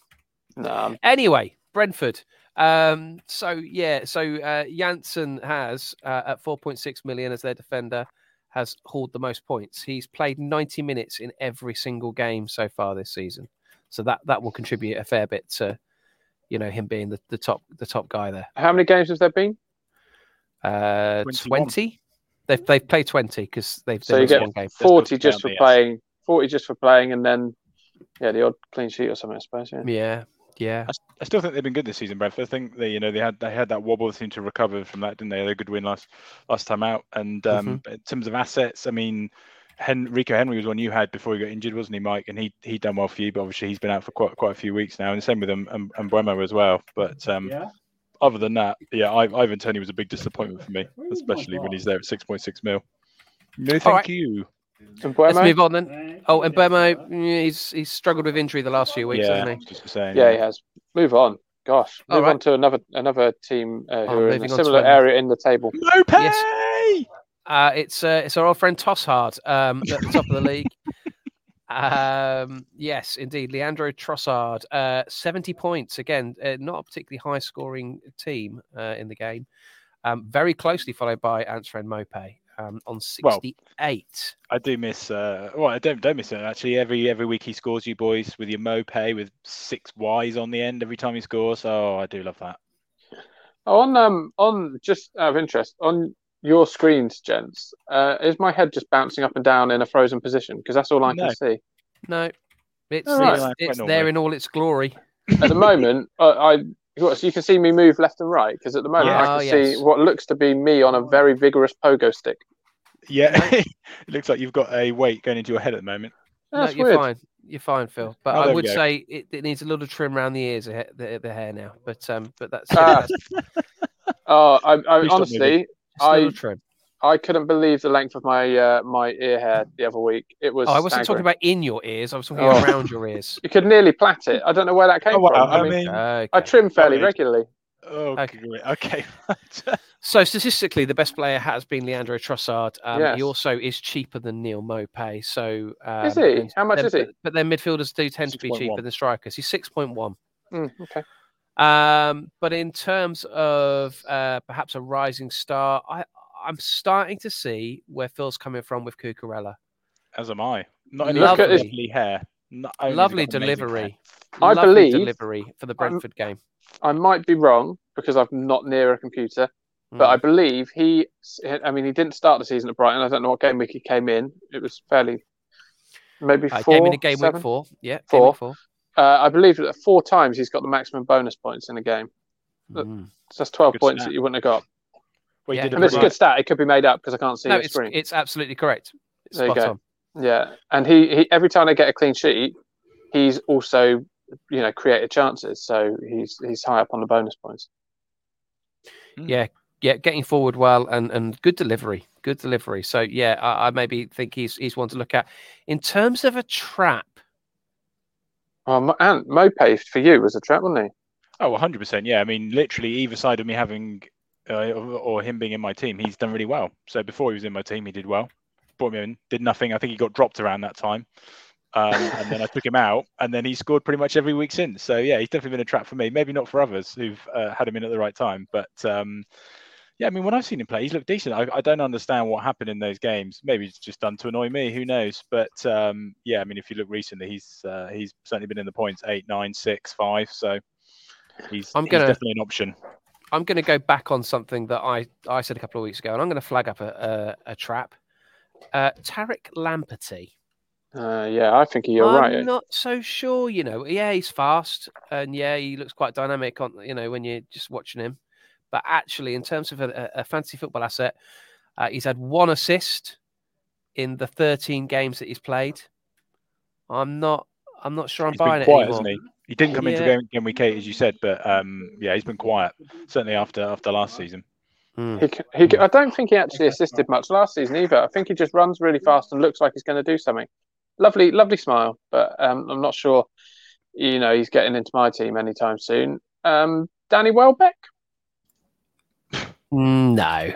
[SPEAKER 1] No, I'm-
[SPEAKER 3] Anyway, Brentford. Um, so yeah, so uh, Janssen has uh, at 4.6 million as their defender has hauled the most points. He's played 90 minutes in every single game so far this season. So that that will contribute a fair bit to you know him being the, the top the top guy there.
[SPEAKER 1] How many games has there been?
[SPEAKER 3] Uh,
[SPEAKER 2] 21.
[SPEAKER 3] 20. They've they've played 20 because they've
[SPEAKER 1] So
[SPEAKER 3] they
[SPEAKER 1] you
[SPEAKER 3] lost
[SPEAKER 1] get
[SPEAKER 3] one game.
[SPEAKER 1] Forty
[SPEAKER 2] put
[SPEAKER 1] just
[SPEAKER 2] down
[SPEAKER 1] for
[SPEAKER 2] the S.
[SPEAKER 1] playing. Forty just for playing, and then yeah, the odd clean sheet or something. I suppose. Yeah.
[SPEAKER 3] Yeah, yeah.
[SPEAKER 2] I still think they've been good this season, Brentford. I think they, you know, they had they had that wobble, they seemed to recover from that, didn't they? They had a good win last last time out. And um,
[SPEAKER 4] Mm-hmm.
[SPEAKER 2] but in terms of assets, I mean, Hen- Rico Henry was one you had before he got injured, wasn't he, Mike? And he he done well for you, but obviously he's been out for quite quite a few weeks now. And same with him and, and Buemo as well. But um,
[SPEAKER 4] Yeah.
[SPEAKER 2] other than that, yeah, I, Ivan Tony was a big disappointment for me,
[SPEAKER 4] Oh my
[SPEAKER 2] especially when
[SPEAKER 4] God.
[SPEAKER 2] he's there at six point six mil. No, thank
[SPEAKER 3] right.
[SPEAKER 2] you.
[SPEAKER 1] And
[SPEAKER 3] Let's
[SPEAKER 1] Buemo?
[SPEAKER 3] move on then. Oh, and Burmo,
[SPEAKER 4] Burmo.
[SPEAKER 3] mm, he's he's struggled with injury the last few weeks,
[SPEAKER 2] yeah,
[SPEAKER 3] hasn't
[SPEAKER 2] I was just saying,
[SPEAKER 1] Yeah, he has. Move on. Gosh,
[SPEAKER 3] All
[SPEAKER 1] move
[SPEAKER 3] right.
[SPEAKER 1] on to another another team uh, who
[SPEAKER 3] Oh,
[SPEAKER 1] are in a
[SPEAKER 3] moving on to
[SPEAKER 1] similar
[SPEAKER 3] another-
[SPEAKER 1] area in the table.
[SPEAKER 2] Lope.
[SPEAKER 3] he? Uh, it's uh, it's our old friend Tosshard um, at the top of the league. Um, yes, indeed, Leandro Trossard, uh, seventy points again. Uh, not a particularly high scoring team uh, in the game. Um, very closely followed by Ansfren Mope um, on
[SPEAKER 2] Well,
[SPEAKER 3] sixty-eight.
[SPEAKER 2] I do miss. Uh, well, I don't don't miss it actually. Every every week he scores you boys with your mope with six Y's on the end every time he scores. Oh, I do love that.
[SPEAKER 1] On um on just out of interest on your screens, gents, uh, is my head just bouncing up and down in a frozen position? Because that's all I
[SPEAKER 2] No.
[SPEAKER 1] can see
[SPEAKER 3] No, it's
[SPEAKER 1] All right.
[SPEAKER 3] it's,
[SPEAKER 2] Quite
[SPEAKER 3] it's
[SPEAKER 2] normal.
[SPEAKER 3] there in all its glory.
[SPEAKER 1] at the moment. Uh, I what, so you can see me move left and right because at the moment
[SPEAKER 3] Yeah.
[SPEAKER 1] I
[SPEAKER 3] Ah,
[SPEAKER 1] can
[SPEAKER 3] yes.
[SPEAKER 1] see what looks to be me on a very vigorous pogo stick.
[SPEAKER 2] Yeah, it looks like you've got a weight going into your head at the moment.
[SPEAKER 1] That's
[SPEAKER 3] no, you're
[SPEAKER 1] weird.
[SPEAKER 3] fine. You're fine, Phil. But
[SPEAKER 2] Oh,
[SPEAKER 3] I
[SPEAKER 2] there we
[SPEAKER 3] would
[SPEAKER 2] go.
[SPEAKER 3] say it, it needs a little trim around the ears, the, the, the hair now. But um, but that's,
[SPEAKER 1] Ah,
[SPEAKER 3] that's just
[SPEAKER 1] Oh, I, I
[SPEAKER 2] Please stop
[SPEAKER 1] honestly
[SPEAKER 3] a little
[SPEAKER 1] I-
[SPEAKER 3] trim.
[SPEAKER 1] I couldn't believe the length of my uh, my ear hair the other week. It was.
[SPEAKER 3] Oh, I wasn't
[SPEAKER 1] staggering.
[SPEAKER 3] talking about in your ears. I was talking
[SPEAKER 1] Oh.
[SPEAKER 3] around your ears.
[SPEAKER 1] You could nearly plait it. I don't know where that came
[SPEAKER 2] Oh, wow.
[SPEAKER 1] from.
[SPEAKER 2] I
[SPEAKER 1] I mean,
[SPEAKER 2] mean,
[SPEAKER 3] Okay.
[SPEAKER 1] I trim fairly
[SPEAKER 2] Sorry.
[SPEAKER 1] regularly.
[SPEAKER 2] oh,
[SPEAKER 3] Okay.
[SPEAKER 2] okay. okay. right.
[SPEAKER 3] So statistically, the best player has been Leandro Trossard. Um,
[SPEAKER 1] Yes.
[SPEAKER 3] He also is cheaper than Neil Mopay. So um,
[SPEAKER 1] Is he?
[SPEAKER 3] and
[SPEAKER 1] How much
[SPEAKER 3] then-
[SPEAKER 1] is he?
[SPEAKER 3] But, but then midfielders do tend to be
[SPEAKER 2] 6.1.
[SPEAKER 3] cheaper than strikers. He's six point one.
[SPEAKER 1] Mm, okay.
[SPEAKER 3] Um, but in terms of uh, perhaps a rising star, I, I'm starting to see where Phil's coming from with Cucurella.
[SPEAKER 2] As am I. Not
[SPEAKER 1] Look
[SPEAKER 2] enough
[SPEAKER 1] at his-
[SPEAKER 2] lovely hair. Not only has he
[SPEAKER 3] Lovely
[SPEAKER 2] got amazing
[SPEAKER 3] delivery.
[SPEAKER 1] I
[SPEAKER 3] Lovely
[SPEAKER 1] believe-
[SPEAKER 3] delivery for the Brentford game.
[SPEAKER 1] I might be wrong because I'm not near a computer, but I
[SPEAKER 3] Mm.
[SPEAKER 1] believe he. I mean, he didn't start the season at Brighton. I don't know what game week he came in. It was fairly maybe
[SPEAKER 3] Uh,
[SPEAKER 1] four.
[SPEAKER 3] game in a game
[SPEAKER 1] seven?
[SPEAKER 3] week four. Yeah, Game
[SPEAKER 1] Four.
[SPEAKER 3] week four.
[SPEAKER 1] Uh, I believe that four times he's got the maximum bonus points in a game. Look,
[SPEAKER 3] Mm.
[SPEAKER 1] So that's twelve
[SPEAKER 2] Good
[SPEAKER 1] points
[SPEAKER 2] stat.
[SPEAKER 1] that you wouldn't have got.
[SPEAKER 2] Well, he
[SPEAKER 3] Yeah.
[SPEAKER 2] did a
[SPEAKER 1] And it's a
[SPEAKER 2] bit
[SPEAKER 1] good stat. It could be made up because I can't see
[SPEAKER 3] No,
[SPEAKER 1] your
[SPEAKER 3] it's,
[SPEAKER 1] screen.
[SPEAKER 3] it's absolutely correct.
[SPEAKER 1] There you
[SPEAKER 3] Spot
[SPEAKER 1] go.
[SPEAKER 3] on.
[SPEAKER 1] Yeah, and he, he every time they get a clean sheet, he's also you know created chances, so he's he's high up on the bonus points.
[SPEAKER 3] Yeah, getting forward well and, and good delivery. Good delivery. So yeah, I, I maybe think he's he's one to look at. In terms of a trap,
[SPEAKER 1] Oh, Mo- and Mopay for you was a trap, wasn't
[SPEAKER 2] Oh, 100%. Yeah. I mean, literally either side of me having uh, or or him being in my team, he's done really well. So before he was in my team, he did well. Brought me in, did nothing. I think he got dropped around that time. Um, and then I took him out, and then he scored pretty much every week since. So yeah, he's definitely been a trap for me. Maybe not for others who've uh, had him in at the right time, but um, yeah, I mean, when I've seen him play, he's looked decent. I, I don't understand what happened in those games. Maybe it's just done to annoy me. Who knows? But um, yeah, I mean, if you look recently, he's uh, he's certainly been in the points eight, nine, six, five. So he's,
[SPEAKER 3] I'm
[SPEAKER 2] he's
[SPEAKER 3] gonna-
[SPEAKER 2] definitely an option.
[SPEAKER 3] I'm going to go back on something that I, I said a couple of weeks ago, and I'm going to flag up a, a, a trap. Uh, Tarek Lamperty.
[SPEAKER 1] he? Uh, yeah, I think you're
[SPEAKER 3] I'm
[SPEAKER 1] right.
[SPEAKER 3] not so sure, you know. Yeah, he's fast, and yeah, he looks quite dynamic on you know when you're just watching him. But actually, in terms of a, a a fantasy football asset, uh, he's had one assist in the 13 games that he's played. I'm not, I'm not sure I'm
[SPEAKER 2] He's
[SPEAKER 3] buying
[SPEAKER 2] been
[SPEAKER 3] it
[SPEAKER 2] quiet,
[SPEAKER 3] anymore.
[SPEAKER 2] hasn't he? He didn't come into
[SPEAKER 3] Yeah.
[SPEAKER 2] game, game week eight, as you said, but um, yeah, he's been quiet certainly after after last season.
[SPEAKER 3] Hmm.
[SPEAKER 1] He, c- he, c- I don't think he actually assisted much last season either. I think he just runs really fast and looks like he's going to do something. Lovely, lovely smile, but um, I'm not sure. You know, he's getting into my team anytime soon. Um, Danny Welbeck,
[SPEAKER 3] Mm, No,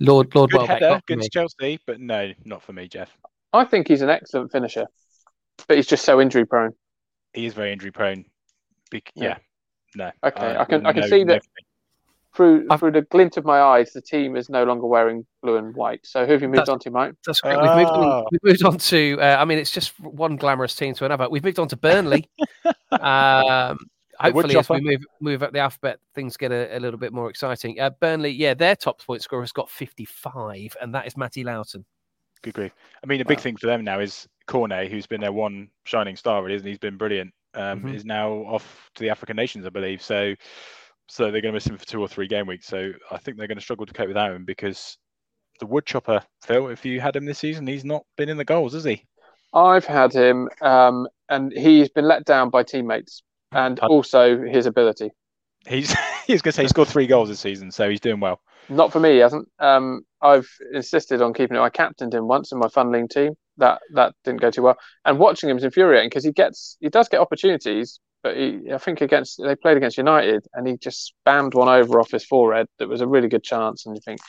[SPEAKER 3] Lord Lord
[SPEAKER 2] Good
[SPEAKER 3] Welbeck.
[SPEAKER 2] header,
[SPEAKER 3] not for
[SPEAKER 2] good
[SPEAKER 3] me.
[SPEAKER 2] to Chelsea, but no, not for me, Jeff.
[SPEAKER 1] I think he's an excellent finisher, but he's just so injury prone.
[SPEAKER 2] He is very injury prone. Bec- yeah.
[SPEAKER 1] Yeah.
[SPEAKER 2] no.
[SPEAKER 1] Okay, I can- I can see that- Through
[SPEAKER 3] I've-
[SPEAKER 1] through the glint of my eyes, the team is no longer wearing blue and white. So who have you moved
[SPEAKER 3] That's-
[SPEAKER 1] on to, Mike?
[SPEAKER 3] That's great. We've moved on,
[SPEAKER 2] Ah.
[SPEAKER 3] we've moved on to. Uh, I mean, it's just one glamorous team to another. We've moved on to Burnley. um,
[SPEAKER 2] The wood
[SPEAKER 3] hopefully, as we
[SPEAKER 2] chopper.
[SPEAKER 3] move move up the alphabet, things get a, a little bit more exciting. Uh, Burnley, yeah, their top point scorer has got fifty five, and that is Matty Loughton.
[SPEAKER 2] Good grief. I mean, a big
[SPEAKER 1] Wow.
[SPEAKER 2] thing for them now is Cornet, who's been their one shining star, really, isn't he? He's been brilliant. Um,
[SPEAKER 3] Mhm.
[SPEAKER 2] Is now off to the African nations, I believe. So, so they're going to miss him for two or three game weeks. So I think they're going to struggle to cope without him because the wood chopper, Phil, if you had him this season, he's not been in the goals, has he?
[SPEAKER 1] I've had him, um, and he's been let down by teammates and
[SPEAKER 2] Pardon?
[SPEAKER 1] also his ability.
[SPEAKER 2] He's he's going to say he scored three goals this season, so he's doing well.
[SPEAKER 1] Not for me, he hasn't. Um, I've insisted on keeping him. I captained him once in my fun league team. That that didn't go too well. And watching him is infuriating because he gets he does get opportunities, but he, I think against they played against United and he just spammed one over off his forehead that was a really good chance. And you think,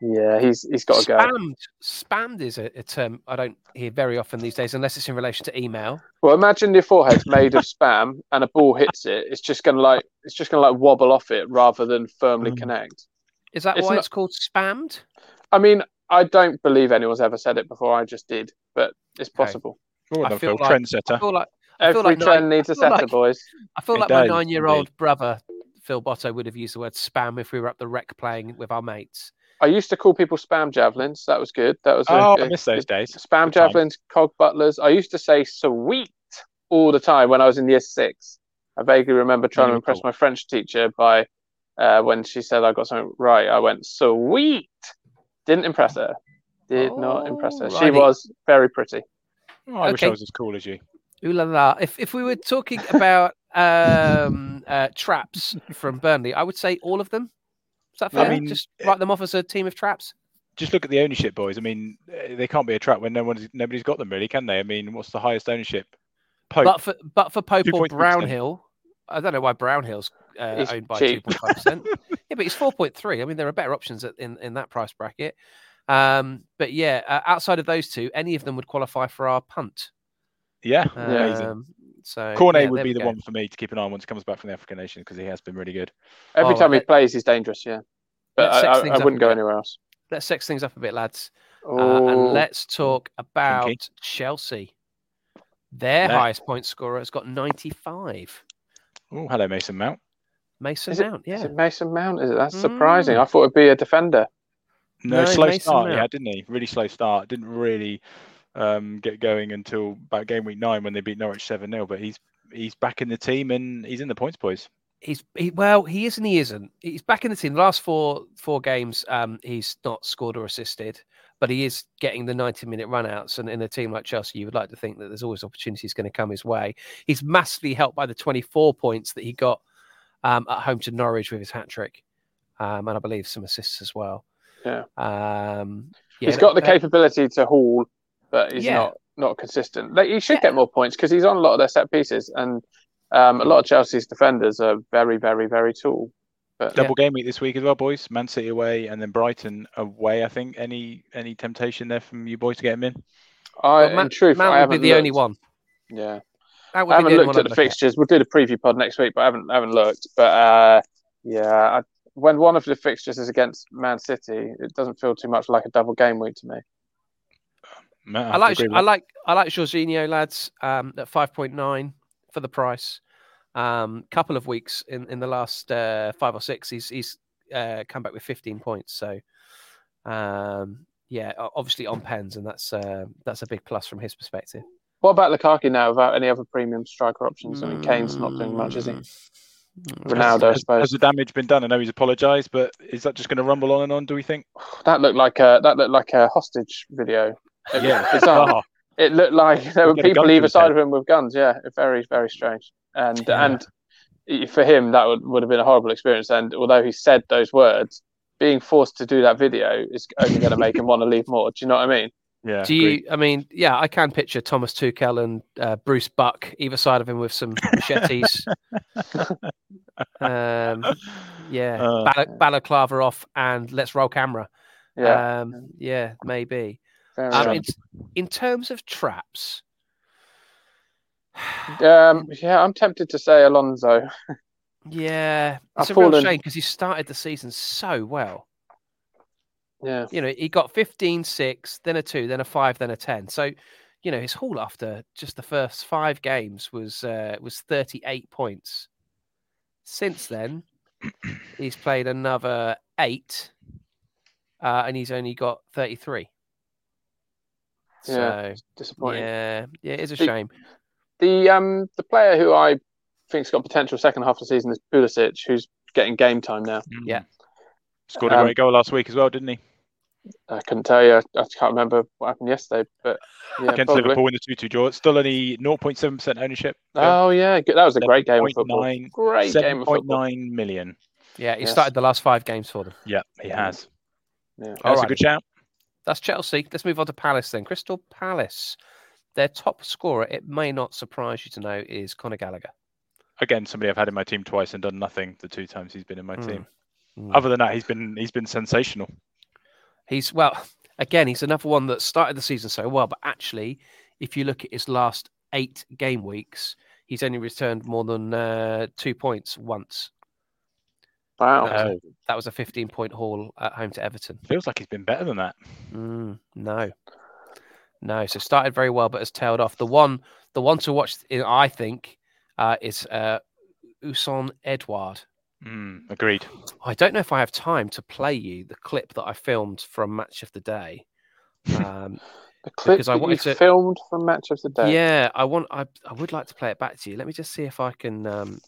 [SPEAKER 1] yeah, he's he's got to go.
[SPEAKER 3] Spammed, spammed is a, a term I don't hear very often these days, unless it's in relation to email.
[SPEAKER 1] Well, imagine your forehead's made of spam and a ball hits it. It's just gonna like it's just gonna like wobble off it rather than firmly
[SPEAKER 2] Mm.
[SPEAKER 1] connect.
[SPEAKER 3] Is that
[SPEAKER 1] It's
[SPEAKER 3] why
[SPEAKER 1] not-
[SPEAKER 3] it's called spammed?
[SPEAKER 1] I mean, I don't believe anyone's ever said it before. I just did, but it's possible.
[SPEAKER 2] Go on
[SPEAKER 3] I
[SPEAKER 2] then,
[SPEAKER 3] feel
[SPEAKER 2] Phil,
[SPEAKER 3] like- I
[SPEAKER 2] trendsetter.
[SPEAKER 3] feel like I feel
[SPEAKER 1] Every
[SPEAKER 3] like
[SPEAKER 1] trend needs a
[SPEAKER 3] feel
[SPEAKER 1] setter,
[SPEAKER 3] like-
[SPEAKER 1] boys.
[SPEAKER 3] I feel
[SPEAKER 2] It
[SPEAKER 3] like my
[SPEAKER 2] does,
[SPEAKER 3] nine-year-old brother Phil Botto would have used the word spam if we were up the rec playing with our mates.
[SPEAKER 1] I used to call people spam javelins. That was good. That was a-
[SPEAKER 2] Oh,
[SPEAKER 1] a-
[SPEAKER 2] I miss those days.
[SPEAKER 1] spam
[SPEAKER 2] Good times.
[SPEAKER 1] javelins, cog butlers. I used to say sweet all the time when I was in year six. I vaguely remember trying to impress my French teacher by uh, when she said I got something right. I went sweet. Didn't impress her. Did not impress her. She
[SPEAKER 3] Alrighty.
[SPEAKER 1] was very pretty.
[SPEAKER 2] Oh, I wish I
[SPEAKER 3] Okay.
[SPEAKER 2] was as cool as you.
[SPEAKER 3] Ooh la la! If if we were talking about um, uh, traps from Burnley, I would say all of them. Is that
[SPEAKER 1] Yeah.
[SPEAKER 3] fair?
[SPEAKER 1] I
[SPEAKER 2] mean,
[SPEAKER 3] Just
[SPEAKER 2] eh,
[SPEAKER 3] write them off as a team of traps.
[SPEAKER 2] Just look at the ownership, boys. I mean, eh, they can't be a trap when no one's nobody's got them, really, can they? I mean, what's the highest ownership? Pope.
[SPEAKER 3] But for but for Pope
[SPEAKER 2] 2.3%.
[SPEAKER 3] or Brownhill, I don't know why Brownhill's uh,
[SPEAKER 1] It's
[SPEAKER 3] owned by two
[SPEAKER 1] cheap.
[SPEAKER 3] point five percent. Yeah, but it's four point three. I mean, there are better options at, in in that price bracket. Um, but yeah, uh, outside of those two, any of them would qualify for our punt.
[SPEAKER 2] yeah,
[SPEAKER 3] Um,
[SPEAKER 1] amazing.
[SPEAKER 3] So
[SPEAKER 2] Cornet
[SPEAKER 3] yeah,
[SPEAKER 2] would
[SPEAKER 3] there
[SPEAKER 2] be
[SPEAKER 3] we
[SPEAKER 2] the
[SPEAKER 3] go.
[SPEAKER 2] one for me to keep an eye on once he comes back from the African Nations because he has been really good.
[SPEAKER 1] Every
[SPEAKER 3] Oh,
[SPEAKER 1] time he
[SPEAKER 3] let-
[SPEAKER 1] plays, he's dangerous. Yeah, but
[SPEAKER 3] let's
[SPEAKER 1] I,
[SPEAKER 3] sex
[SPEAKER 1] I,
[SPEAKER 3] things
[SPEAKER 1] I
[SPEAKER 3] up a
[SPEAKER 1] wouldn't go
[SPEAKER 3] bit.
[SPEAKER 1] anywhere else.
[SPEAKER 3] Let's sex things up a bit, lads. Uh,
[SPEAKER 1] Oh,
[SPEAKER 3] and let's talk about Chelsea. Their
[SPEAKER 2] Yeah.
[SPEAKER 3] highest point scorer has got 95.
[SPEAKER 2] Oh, hello, Mason Mount.
[SPEAKER 3] Mason
[SPEAKER 1] Is
[SPEAKER 3] Mount,
[SPEAKER 1] is
[SPEAKER 3] yeah.
[SPEAKER 1] it Mason Mount? Is it? That's surprising. I thought it'd be a defender.
[SPEAKER 2] No,
[SPEAKER 3] No,
[SPEAKER 2] slow
[SPEAKER 3] Mason
[SPEAKER 2] start, yeah,
[SPEAKER 3] Mount.
[SPEAKER 2] didn't he? Really slow start. Didn't really um, get going until about game week nine when they beat Norwich seven 0 But he's he's back in the team and he's in the points, boys.
[SPEAKER 3] He's he, well, he is and he isn't. He's back in the team. The last four four games, um, he's not scored or assisted, but he is getting the 90 minute run outs. And in a team like Chelsea, you would like to think that there's always opportunities going to come his way. He's massively helped by the 24 points that he got um, at home to Norwich with his hat trick. Um, and I believe some assists as well.
[SPEAKER 1] Yeah.
[SPEAKER 3] Um, yeah,
[SPEAKER 1] he's got the
[SPEAKER 3] that-
[SPEAKER 1] capability to haul, but he's
[SPEAKER 3] Yeah.
[SPEAKER 1] not not consistent. Like, he should
[SPEAKER 3] Yeah.
[SPEAKER 1] get more points because he's on a lot of their set pieces, and um, a lot of Chelsea's defenders are very, very, very tall. But
[SPEAKER 2] Double game week this week as well, boys. Man City away and then Brighton away. I think any any temptation there from you boys to get him in?
[SPEAKER 1] I,
[SPEAKER 3] Well, Ma-
[SPEAKER 1] in truth, I
[SPEAKER 3] Mount would
[SPEAKER 1] haven't
[SPEAKER 3] be the only
[SPEAKER 1] looked.
[SPEAKER 3] one.
[SPEAKER 1] Yeah,
[SPEAKER 3] That would
[SPEAKER 1] I
[SPEAKER 3] be the
[SPEAKER 1] haven't
[SPEAKER 3] only
[SPEAKER 1] looked
[SPEAKER 3] one
[SPEAKER 1] at
[SPEAKER 3] I'd
[SPEAKER 1] the
[SPEAKER 3] look at.
[SPEAKER 1] fixtures. We'll do the preview pod next week, but I haven't I haven't looked. But uh, yeah, I, when one of the fixtures is against Man City, it doesn't feel too much like a double game week to me.
[SPEAKER 2] Matt,
[SPEAKER 3] I
[SPEAKER 2] have to
[SPEAKER 3] like,
[SPEAKER 2] agree with
[SPEAKER 3] I
[SPEAKER 2] that.
[SPEAKER 3] like, I like Jorginho, lads, um, at five point nine for the price. Um, couple of weeks in in the last uh, five or six, he's he's uh, come back with fifteen points. So, um, yeah, o- obviously on pens, and that's uh, that's a big plus from his perspective.
[SPEAKER 1] What about Lukaku now? Without any other premium striker options, I mean, Kane's not doing much, is he?
[SPEAKER 3] Mm.
[SPEAKER 1] Ronaldo, I
[SPEAKER 2] has,
[SPEAKER 1] suppose.
[SPEAKER 2] has the damage been done? I know he's apologised, but is that just going to rumble on and on? Do we think?
[SPEAKER 1] That looked like a that looked like a hostage video. It was
[SPEAKER 2] Yeah.
[SPEAKER 1] bizarre.
[SPEAKER 2] Ah,
[SPEAKER 1] It looked like there
[SPEAKER 2] You
[SPEAKER 1] were
[SPEAKER 2] get a gun
[SPEAKER 1] people
[SPEAKER 2] to
[SPEAKER 1] either
[SPEAKER 2] his
[SPEAKER 1] side
[SPEAKER 2] head.
[SPEAKER 1] of him with guns. Yeah, very very strange. and
[SPEAKER 2] Yeah.
[SPEAKER 1] and for him that would, would have been a horrible experience. And although he said those words, being forced to do that video is only going to make him want to leave more. Do you know what I mean?
[SPEAKER 2] Yeah.
[SPEAKER 3] Do you? I mean, yeah, I can picture Thomas Tuchel and uh, Bruce Buck either side of him with some machetes. um, yeah,
[SPEAKER 2] Uh,
[SPEAKER 3] Bala- balaclava off, and let's roll camera.
[SPEAKER 2] Uh,
[SPEAKER 1] Yeah.
[SPEAKER 3] um, yeah, maybe.
[SPEAKER 1] fair
[SPEAKER 3] Um,
[SPEAKER 1] enough.
[SPEAKER 3] in, in terms of traps,
[SPEAKER 1] Um, yeah, I'm tempted to say Alonso.
[SPEAKER 3] yeah,
[SPEAKER 1] I've
[SPEAKER 3] it's a real
[SPEAKER 1] fallen-
[SPEAKER 3] shame because he started the season so well.
[SPEAKER 1] Yeah,
[SPEAKER 3] you know, he got 15, 6, then a 2, then a 5, then a 10. So, you know, his haul after just the first five games was uh, was 38 points. Since then, he's played another 8 uh, and he's only got 33. So,
[SPEAKER 1] Yeah, disappointing.
[SPEAKER 3] yeah, yeah, it is a
[SPEAKER 1] The-
[SPEAKER 3] shame.
[SPEAKER 1] The um the player who I think's got potential second half of the season is Pulisic, who's getting game time now.
[SPEAKER 3] Yeah.
[SPEAKER 2] Scored a
[SPEAKER 1] Um,
[SPEAKER 2] great goal last week as well, didn't he?
[SPEAKER 1] I couldn't tell you. I, I can't remember what happened yesterday, but yeah,
[SPEAKER 2] Against
[SPEAKER 1] probably.
[SPEAKER 2] Liverpool in the 2 2 draw. It's Still only 0.7% ownership.
[SPEAKER 1] Oh yeah, good. that was a great game of football.
[SPEAKER 2] 7.9
[SPEAKER 1] Great game of football.
[SPEAKER 2] 7.9 million.
[SPEAKER 3] Yeah, he
[SPEAKER 1] Yes.
[SPEAKER 3] started the last five games for them.
[SPEAKER 2] Yeah, he has.
[SPEAKER 1] Yeah.
[SPEAKER 3] Mm. All
[SPEAKER 2] That's
[SPEAKER 3] right.
[SPEAKER 2] a good shout.
[SPEAKER 3] That's Chelsea. Let's move on to Palace then. Crystal Palace. Their top scorer, it may not surprise you to know, is Conor Gallagher.
[SPEAKER 2] Again, somebody I've had in my team twice and done nothing the two times he's been in my
[SPEAKER 3] Hmm.
[SPEAKER 2] team.
[SPEAKER 3] Hmm.
[SPEAKER 2] Other than that, he's been he's been sensational.
[SPEAKER 3] He's well, again, he's another one that started the season so well, but actually, if you look at his last eight game weeks, he's only returned more than uh, two points once.
[SPEAKER 1] Wow.
[SPEAKER 3] That, was a, that was a 15 point haul at home to Everton.
[SPEAKER 2] Feels like he's been better than that.
[SPEAKER 3] Mm, no, no. So started very well, but has tailed off. The one, the one to watch, i- I think, uh, is uh, Uson Edward.
[SPEAKER 2] Mm, agreed.
[SPEAKER 3] I don't know if I have time to play you the clip that I filmed from Match of the Day. Um,
[SPEAKER 1] the clip
[SPEAKER 3] because I
[SPEAKER 1] that you
[SPEAKER 3] wanted to-
[SPEAKER 1] filmed from Match of the Day.
[SPEAKER 3] Yeah, I want. I I would like to play it back to you. Let me just see if I can um,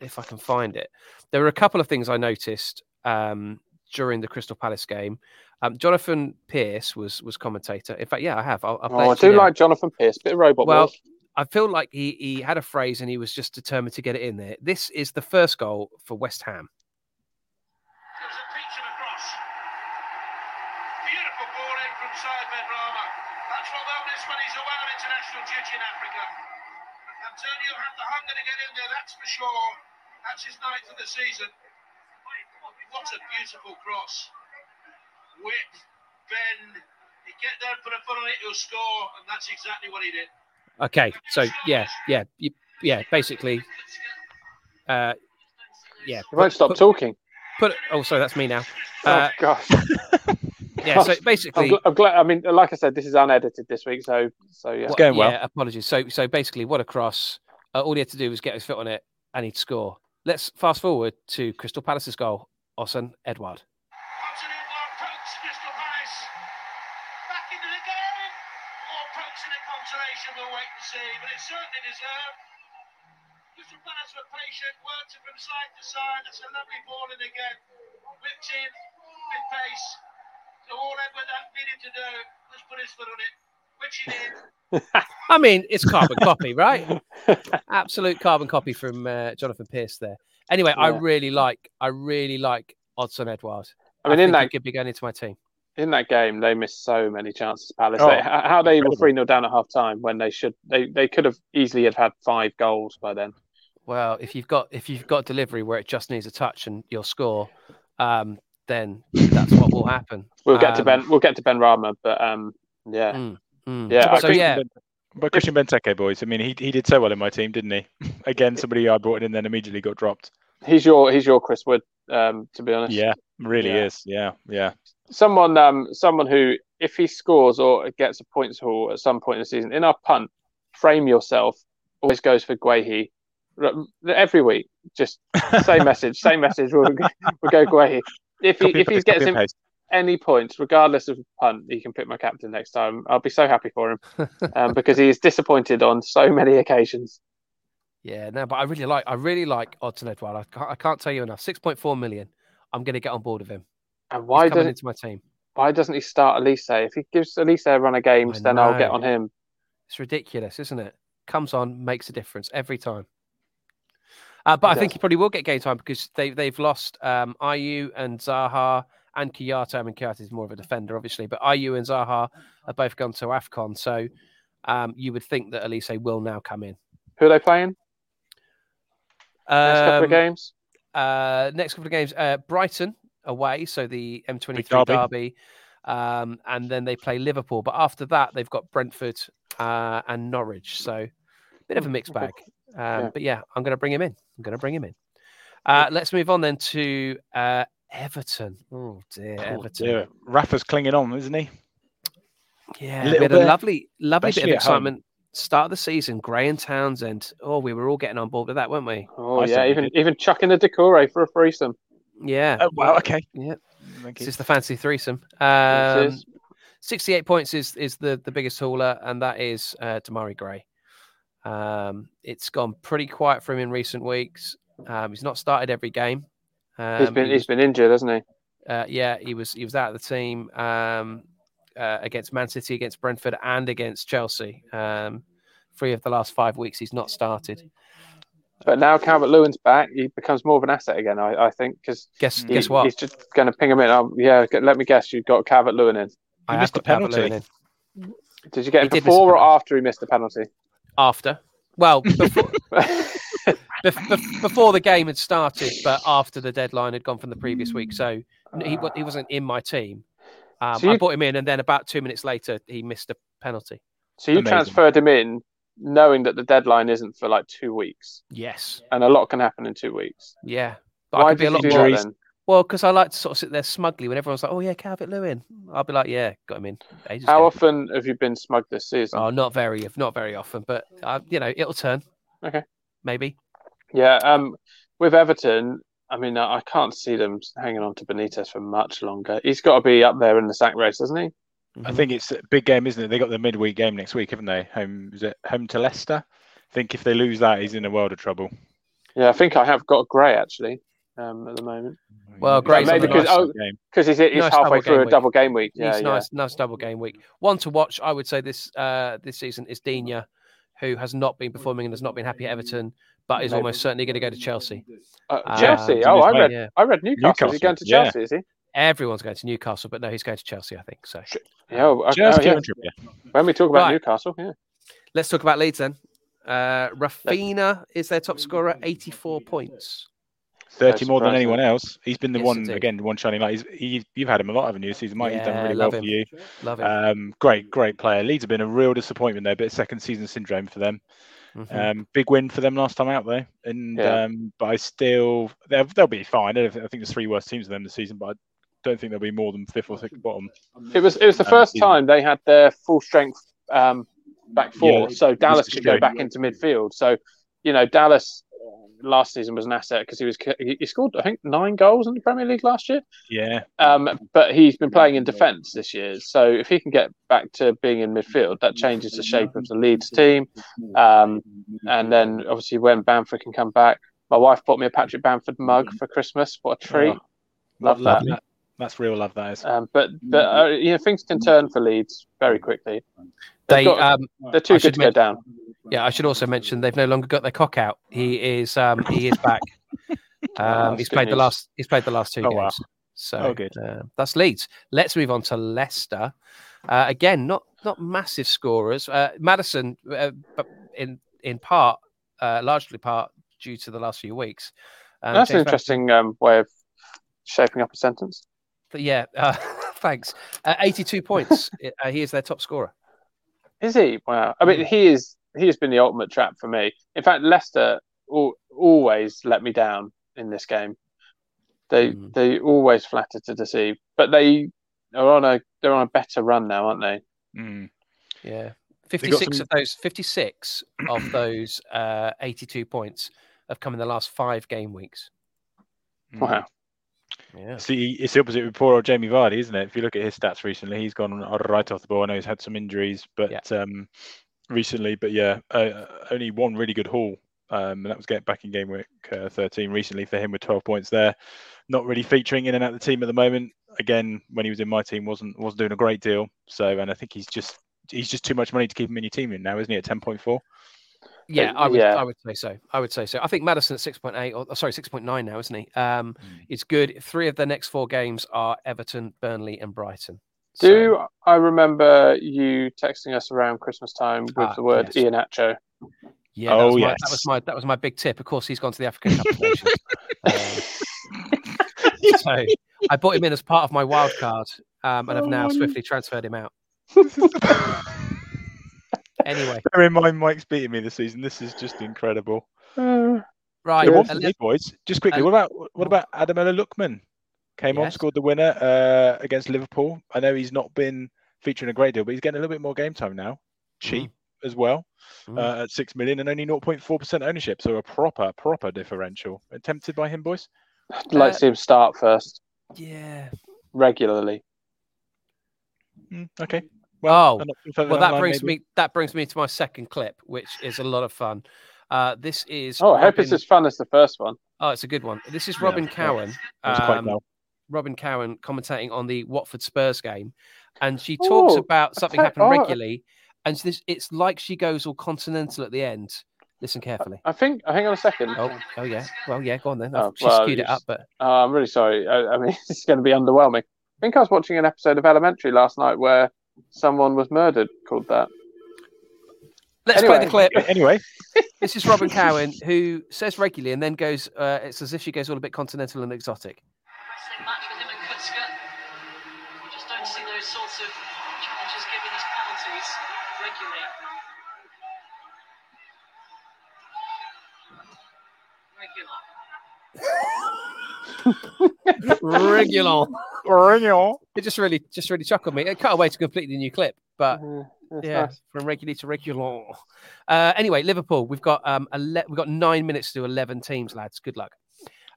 [SPEAKER 3] if I can find it. There were a couple of things I noticed um, during the Crystal Palace game. Um, Jonathan Pierce was was commentator. In fact, yeah, I have. I'll, I'll play
[SPEAKER 1] Oh, I
[SPEAKER 3] it to you
[SPEAKER 1] do
[SPEAKER 3] now.
[SPEAKER 1] like Jonathan Pierce, bit of robot
[SPEAKER 3] Well,
[SPEAKER 1] wars.
[SPEAKER 3] I feel like he he had a phrase and he was just determined to get it in there. This is the first goal for West Ham.
[SPEAKER 4] There's a teacher across. Beautiful ball in from side Benrahma. That's what they'll miss when he's away on international duty in Africa. Antonio had the hunger to get in there, that's for sure. That's his ninth of the season. What a beautiful cross. Whip, Ben. You get there and put a foot on it, he'll score, and that's exactly what he did.
[SPEAKER 3] Okay, so yeah, yeah, you, yeah. Basically, uh, yeah.
[SPEAKER 1] You won't
[SPEAKER 3] put-
[SPEAKER 1] stop
[SPEAKER 3] put-
[SPEAKER 1] talking.
[SPEAKER 3] Put. Oh, sorry, that's me now.
[SPEAKER 1] oh
[SPEAKER 3] Uh,
[SPEAKER 1] gosh.
[SPEAKER 3] yeah. So
[SPEAKER 1] I'm,
[SPEAKER 3] basically,
[SPEAKER 1] gl- I'm glad. I mean, like I said, this is unedited this week, so so yeah.
[SPEAKER 3] What-
[SPEAKER 2] going well.
[SPEAKER 3] Yeah, apologies. So, so basically, what a cross! Uh, all he had to do was get his foot on it, and he'd score. Let's fast forward to Crystal Palace's goal, Osan Edward.
[SPEAKER 4] Hudson in block, pokes Crystal Palace. Back into the game. Or pokes in a consolation, we'll wait and see. But it's certainly deserved. Crystal Palace were patient, worked it from side to side. That's a lovely ball in again. Whipped in with pace. So all Edward had needed to do was put his foot on it, which he did.
[SPEAKER 3] I mean, it's carbon copy, right? Absolute carbon copy from uh, Jonathan Pierce there. Anyway, I
[SPEAKER 1] Yeah.
[SPEAKER 3] really like, I really like Odson Edward.
[SPEAKER 1] I mean, in
[SPEAKER 3] think he
[SPEAKER 1] that
[SPEAKER 3] could be going into my team.
[SPEAKER 1] in that game, they missed so many chances. Palace.
[SPEAKER 2] Oh,
[SPEAKER 1] they, h- how they were
[SPEAKER 2] incredible.
[SPEAKER 1] three 0 down at half time when they should they they could have easily have had five goals by then.
[SPEAKER 3] Well, if you've got if you've got delivery where it just needs a touch and you'll score, um, then that's what will happen.
[SPEAKER 1] We'll get to
[SPEAKER 3] Um,
[SPEAKER 1] Ben. We'll get to Ben Rama, but um, yeah,
[SPEAKER 3] mm.
[SPEAKER 1] yeah. I
[SPEAKER 3] So
[SPEAKER 1] think-
[SPEAKER 3] yeah,
[SPEAKER 2] But Christian Benteke, boys. I mean, he, he did so well in my team, didn't he? Again, somebody I brought in and then immediately got dropped.
[SPEAKER 1] he's your he's your Chris Wood. Um, to be honest,
[SPEAKER 2] Yeah, really
[SPEAKER 1] Yeah.
[SPEAKER 2] is. Yeah, yeah.
[SPEAKER 1] someone um someone who if he scores or gets a points haul at some point in the season in our punt, frame yourself always goes for Guehi. R- Every week, just same message, same message. We'll, we'll go Guehi. If he
[SPEAKER 2] Copy and
[SPEAKER 1] if he
[SPEAKER 2] paste,
[SPEAKER 1] gets
[SPEAKER 2] copy and
[SPEAKER 1] him
[SPEAKER 2] paste.
[SPEAKER 1] any points, regardless of punt, he can pick my captain next time. I'll be so happy for him um, because he is disappointed on so many occasions.
[SPEAKER 3] Yeah, no, but I really like I really like Odson Edward. I can't, I can't tell you enough. Six point four million. I'm going to get on board with him.
[SPEAKER 1] And
[SPEAKER 3] He's
[SPEAKER 1] why
[SPEAKER 3] coming
[SPEAKER 1] doesn't
[SPEAKER 3] into my team?
[SPEAKER 1] why doesn't he start Elise? If he gives Elise a run of games,
[SPEAKER 3] I
[SPEAKER 1] then I'll get
[SPEAKER 3] know.
[SPEAKER 1] on him.
[SPEAKER 3] It's ridiculous, isn't it? Comes on, makes a difference every time. Uh, but
[SPEAKER 1] He
[SPEAKER 3] I think
[SPEAKER 1] does.
[SPEAKER 3] he probably will get game time because they they've lost um, IU and Zaha and Kiyata. I mean, Kiyata is more of a defender, obviously, but IU and Zaha have both gone to Afcon, so um, you would think that Elise will now come in.
[SPEAKER 1] Who are they playing? Next couple
[SPEAKER 3] Um,
[SPEAKER 1] of games.
[SPEAKER 3] uh, next couple of games, uh, Brighton away, so the M23
[SPEAKER 2] Big
[SPEAKER 3] derby,
[SPEAKER 2] derby.
[SPEAKER 3] um, and then they play Liverpool. But after that, they've got Brentford uh, and Norwich, so a bit of a mixed
[SPEAKER 1] okay.
[SPEAKER 3] bag. Um,
[SPEAKER 1] Yeah.
[SPEAKER 3] But yeah, I'm going to bring him in. I'm going to bring him in. Uh, let's move on then to uh, Everton. Oh dear, Everton.
[SPEAKER 2] dear. Rafa's clinging on, isn't he?
[SPEAKER 3] Yeah,
[SPEAKER 2] Little
[SPEAKER 3] we had a
[SPEAKER 2] bit,
[SPEAKER 3] lovely, lovely bit of
[SPEAKER 2] especially at home.
[SPEAKER 3] excitement. Start of the season, Gray and Townsend. Oh, we were all getting on board with that, weren't we?
[SPEAKER 1] Oh
[SPEAKER 2] I
[SPEAKER 1] yeah,
[SPEAKER 2] certainly
[SPEAKER 1] even even chucking the Decore for a threesome.
[SPEAKER 3] Yeah.
[SPEAKER 2] Oh, wow, okay.
[SPEAKER 3] Yeah.
[SPEAKER 2] Thank
[SPEAKER 3] This
[SPEAKER 2] you.
[SPEAKER 3] is the fancy threesome.
[SPEAKER 1] It
[SPEAKER 3] Um,
[SPEAKER 1] is.
[SPEAKER 3] 68 points is is the the biggest hauler, and that is uh, Damari Gray. Um, it's gone pretty quiet for him in recent weeks. Um, he's not started every game. Um,
[SPEAKER 1] he's been
[SPEAKER 3] he
[SPEAKER 1] he's
[SPEAKER 3] was-
[SPEAKER 1] been injured, hasn't he?
[SPEAKER 3] uh, yeah, he was he was out of the team um, uh, against Man City, against Brentford, and against Chelsea. Um, three of the last five weeks, he's not started.
[SPEAKER 1] But now Calvert Lewin's back, he becomes more of an asset again. I, I think because
[SPEAKER 3] Guess
[SPEAKER 2] Mm.
[SPEAKER 3] guess what?
[SPEAKER 1] he's just going to ping him in. Um, yeah, g- let me guess, you've got Calvert Lewin in.
[SPEAKER 2] He
[SPEAKER 3] I have
[SPEAKER 2] missed a
[SPEAKER 3] got Calvert-Lewin
[SPEAKER 2] penalty.
[SPEAKER 3] in.
[SPEAKER 1] Did you get
[SPEAKER 3] He
[SPEAKER 1] him
[SPEAKER 3] did miss a
[SPEAKER 1] before or
[SPEAKER 3] penalty.
[SPEAKER 1] after he missed the penalty?
[SPEAKER 3] after. Well, before, bef- bef- before the game had started, but after the deadline had gone from the previous week, so n- he wa- he wasn't in my team. Um,
[SPEAKER 1] So
[SPEAKER 3] I
[SPEAKER 1] you-
[SPEAKER 3] brought him in, and then about two minutes later, he missed a penalty.
[SPEAKER 1] So you
[SPEAKER 2] Amazing.
[SPEAKER 1] transferred him in, knowing that the deadline isn't for like two weeks,
[SPEAKER 3] Yes,
[SPEAKER 1] and a lot can happen in two weeks.
[SPEAKER 3] yeah, but I
[SPEAKER 1] Why
[SPEAKER 3] could be
[SPEAKER 1] did
[SPEAKER 3] a
[SPEAKER 1] you
[SPEAKER 3] lot
[SPEAKER 1] do
[SPEAKER 3] more.
[SPEAKER 1] that
[SPEAKER 2] injuries.
[SPEAKER 1] then?
[SPEAKER 3] Well, because I like to sort of sit there smugly when everyone's like, "Oh yeah, Calvert Lewin," I'll be like, "Yeah, got him in." Ages
[SPEAKER 1] How
[SPEAKER 3] ago."
[SPEAKER 1] often have you been smug this season?
[SPEAKER 3] Oh, not very, not very often, but uh, you know, it'll turn.
[SPEAKER 1] Okay.
[SPEAKER 3] maybe.
[SPEAKER 1] Yeah, um, with Everton, I mean, I I can't see them hanging on to Benitez for much longer. He's got to be up there in the sack race, doesn't he?
[SPEAKER 2] I
[SPEAKER 3] Mhm.
[SPEAKER 2] think it's a big game, isn't it? They got the midweek game next week, haven't they? Home is it home to Leicester? I think if they lose that, he's in a world of trouble.
[SPEAKER 1] Yeah, I think I have got Gray actually um, at the moment
[SPEAKER 3] Well,
[SPEAKER 1] Gray's on Maybe the because- nice oh,
[SPEAKER 2] game.
[SPEAKER 1] because he's, he's
[SPEAKER 3] Nice double
[SPEAKER 1] halfway
[SPEAKER 3] game
[SPEAKER 1] through a
[SPEAKER 3] week.
[SPEAKER 1] double game week. Yeah,
[SPEAKER 3] it's
[SPEAKER 1] yeah.
[SPEAKER 3] nice, nice double game week. One to watch, I would say this uh, this season is Dina, who has not been performing and has not been happy at Everton, but is
[SPEAKER 1] No.
[SPEAKER 3] almost certainly going to go to Chelsea.
[SPEAKER 1] Uh,
[SPEAKER 3] Ah,
[SPEAKER 1] Chelsea.
[SPEAKER 2] he's
[SPEAKER 1] Oh,
[SPEAKER 2] in his
[SPEAKER 1] I
[SPEAKER 2] way.
[SPEAKER 1] read.
[SPEAKER 3] Yeah.
[SPEAKER 1] I read Newcastle. Is he
[SPEAKER 2] Newcastle,
[SPEAKER 1] going to
[SPEAKER 2] yeah.
[SPEAKER 1] Chelsea? Is he?
[SPEAKER 3] Everyone's going to Newcastle, but no, he's going to Chelsea, I think. So
[SPEAKER 1] Yeah. oh, okay,
[SPEAKER 2] Just
[SPEAKER 1] oh, yeah.
[SPEAKER 2] Kieran Trippier.
[SPEAKER 1] When we talk about
[SPEAKER 3] Right.
[SPEAKER 1] Newcastle, yeah.
[SPEAKER 3] let's talk about Leeds then. Uh, Rafina is their top scorer, 84 points.
[SPEAKER 2] Thirty more than
[SPEAKER 1] surprising.
[SPEAKER 2] anyone else. He's been the
[SPEAKER 3] Yes,
[SPEAKER 2] one
[SPEAKER 3] indeed.
[SPEAKER 2] again, the one shining light. He's, he, you've had him a lot, haven't you? This season, Mike. he's
[SPEAKER 3] Yeah,
[SPEAKER 2] done really well
[SPEAKER 3] love
[SPEAKER 2] for
[SPEAKER 3] him.
[SPEAKER 2] you.
[SPEAKER 3] Love
[SPEAKER 1] Uh,
[SPEAKER 3] it.
[SPEAKER 2] Um, great, great player. Leeds have been a real disappointment there, but second season syndrome for them.
[SPEAKER 1] uh,
[SPEAKER 3] Mhm.
[SPEAKER 2] Um, big win for them last time out though, and
[SPEAKER 1] Yeah.
[SPEAKER 2] um, but I still they'll, they'll be fine. I, don't think, I think there's three worst teams of them this season, but I don't think they'll be more than fifth or sixth bottom.
[SPEAKER 1] It was. It was the
[SPEAKER 2] Um,
[SPEAKER 1] first
[SPEAKER 2] yeah.
[SPEAKER 1] time they had their full strength um, back four,
[SPEAKER 2] Yeah,
[SPEAKER 1] so Dallas
[SPEAKER 2] is
[SPEAKER 1] could go
[SPEAKER 2] true.
[SPEAKER 1] back into midfield. So, you know, Dallas uh, last season was an asset because he was he he scored I think nine goals in the Premier League last year.
[SPEAKER 2] Yeah,
[SPEAKER 1] Um, but he's been playing in defence this year, so if he can get back to being in midfield, that changes the shape of the Leeds team. Um, and then obviously when Bamford can come back, my wife bought me a Patrick Bamford mug for Christmas. What a treat!
[SPEAKER 2] Oh,
[SPEAKER 1] Love that.
[SPEAKER 2] lovely. That's real love. That is.
[SPEAKER 1] Um, but but uh, you know things can turn for Leeds very quickly. They've
[SPEAKER 3] They,
[SPEAKER 1] got-
[SPEAKER 3] um,
[SPEAKER 1] they're too
[SPEAKER 3] I
[SPEAKER 1] good
[SPEAKER 3] should
[SPEAKER 1] to go
[SPEAKER 3] men-
[SPEAKER 1] down.
[SPEAKER 3] yeah, I should also mention they've no longer got their cock out. He is, um, he is back. Um,
[SPEAKER 1] that's
[SPEAKER 3] he's
[SPEAKER 1] good
[SPEAKER 3] played the
[SPEAKER 1] news.
[SPEAKER 3] last. He's played the last two
[SPEAKER 2] Oh,
[SPEAKER 3] games.
[SPEAKER 2] wow.
[SPEAKER 3] So
[SPEAKER 2] Oh, good.
[SPEAKER 3] uh, that's Leeds. Let's move on to Leicester. Uh, again, not not massive scorers. Uh, Madison, uh, but in in part, uh, largely part due to the last few weeks. Um,
[SPEAKER 1] That's an
[SPEAKER 3] James Madison-
[SPEAKER 1] interesting um, way of shaping up a sentence.
[SPEAKER 3] yeah, uh, thanks. Uh, Eighty-two points. uh, he is their top scorer.
[SPEAKER 1] Is he? Wow. I mean, he is. He has been the ultimate trap for me. In fact, Leicester al- always let me down in this game. They
[SPEAKER 3] Hmm.
[SPEAKER 1] they always flatter to deceive, but they are on a they're on a better run now, aren't they?
[SPEAKER 2] Mm.
[SPEAKER 3] Yeah,
[SPEAKER 2] got
[SPEAKER 3] fifty-six
[SPEAKER 2] some-
[SPEAKER 3] of those. Fifty-six of those uh, eighty-two points have come in the last five game weeks.
[SPEAKER 2] mm.
[SPEAKER 1] Wow.
[SPEAKER 3] Yeah.
[SPEAKER 2] See, it's the opposite with poor old Jamie Vardy, isn't it? If you look at his stats recently, he's gone right off the ball. I know he's had some injuries, but um, recently, but yeah, uh, only one really good haul, um, and that was getting back in game week uh, 13 recently for him with 12 points there. Not really featuring in and out of the team at the moment. Again, when he was in my team, wasn't wasn't doing a great deal. So, and I think he's just he's just too much money to keep him in your team in now, isn't he? At 10.4.
[SPEAKER 3] Yeah, I would.
[SPEAKER 1] Yeah.
[SPEAKER 3] I would say so. I would say so. I think Madison at six point eight, or sorry, six point nine now, isn't he? Um,
[SPEAKER 2] Mm.
[SPEAKER 3] it's good. Three of the next four games are Everton, Burnley, and Brighton. So-
[SPEAKER 1] Do I remember you texting us around Christmas time with
[SPEAKER 3] Ah,
[SPEAKER 1] the word
[SPEAKER 3] yes.
[SPEAKER 1] Ianacho?
[SPEAKER 3] yeah, that,
[SPEAKER 2] Oh,
[SPEAKER 3] was my,
[SPEAKER 2] yes.
[SPEAKER 3] that was my that was my big tip. Of course, he's gone to the African Cup of Nations. Um, so I bought him in as part of my wild card, um, and have
[SPEAKER 2] Oh,
[SPEAKER 3] now swiftly transferred him out. Anyway,
[SPEAKER 2] Bear in mind, Mike's beating me this season. This is just incredible.
[SPEAKER 3] right,
[SPEAKER 2] Yeah, one for
[SPEAKER 3] ele-
[SPEAKER 2] me, boys. Just quickly,
[SPEAKER 3] and-
[SPEAKER 2] what about what about Adamola Lookman? Came on,
[SPEAKER 3] Yes.
[SPEAKER 2] scored the winner uh, against Liverpool. I know he's not been featuring a great deal, but he's getting a little bit more game time now. Cheap as well
[SPEAKER 3] Mm.
[SPEAKER 2] uh, at six million and only 0.4 percent ownership, so a proper proper differential. Tempted by him, boys.
[SPEAKER 1] I'd like to see him start first
[SPEAKER 3] yeah.
[SPEAKER 1] regularly.
[SPEAKER 2] Mm, okay.
[SPEAKER 3] Oh,
[SPEAKER 2] an option further
[SPEAKER 3] well
[SPEAKER 2] down
[SPEAKER 3] that
[SPEAKER 2] the line,
[SPEAKER 3] brings
[SPEAKER 2] maybe.
[SPEAKER 3] me that brings me to my second clip which is a lot of fun uh this is
[SPEAKER 1] Oh, I hope
[SPEAKER 3] Robin-
[SPEAKER 1] it's as fun as the first one.
[SPEAKER 3] oh it's a good one this is
[SPEAKER 2] Yeah,
[SPEAKER 3] robin
[SPEAKER 2] yeah.
[SPEAKER 3] cowan
[SPEAKER 2] That was quite
[SPEAKER 3] um,
[SPEAKER 2] well.
[SPEAKER 3] robin cowan commentating on the watford spurs game and she talks
[SPEAKER 1] Oh,
[SPEAKER 3] about something
[SPEAKER 1] tell-
[SPEAKER 3] happening
[SPEAKER 1] oh, I-
[SPEAKER 3] regularly and this, it's like she goes all continental at the end listen carefully
[SPEAKER 1] I think. I think on a second.
[SPEAKER 3] oh oh yeah well yeah go on then
[SPEAKER 1] Oh,
[SPEAKER 3] she
[SPEAKER 1] well,
[SPEAKER 3] skewed it
[SPEAKER 1] you
[SPEAKER 3] up
[SPEAKER 1] s-
[SPEAKER 3] but
[SPEAKER 1] Uh, I'm really sorry. I, I mean, it's going to be underwhelming. I think I was watching an episode of Elementary last night where someone was murdered called that.
[SPEAKER 3] let's play the
[SPEAKER 1] anyway.
[SPEAKER 3] clip
[SPEAKER 2] Anyway,
[SPEAKER 3] this is robin cowan who says regularly and then goes uh, it's as if she goes all a bit continental and exotic
[SPEAKER 4] Wrestling match with him and Kutska. We just don't see those sorts of challenges given as penalties regularly. Regular.
[SPEAKER 3] regular
[SPEAKER 2] Mourinho.
[SPEAKER 3] it just really just really chuckled me. It cut away to a completely new clip,
[SPEAKER 2] Uh,
[SPEAKER 1] Yeah,
[SPEAKER 3] but
[SPEAKER 1] that's
[SPEAKER 3] yeah,
[SPEAKER 1] nice.
[SPEAKER 3] from regular to regular. Uh, anyway, Liverpool, we've got um ele- we've got nine minutes to do eleven teams, lads. Good luck.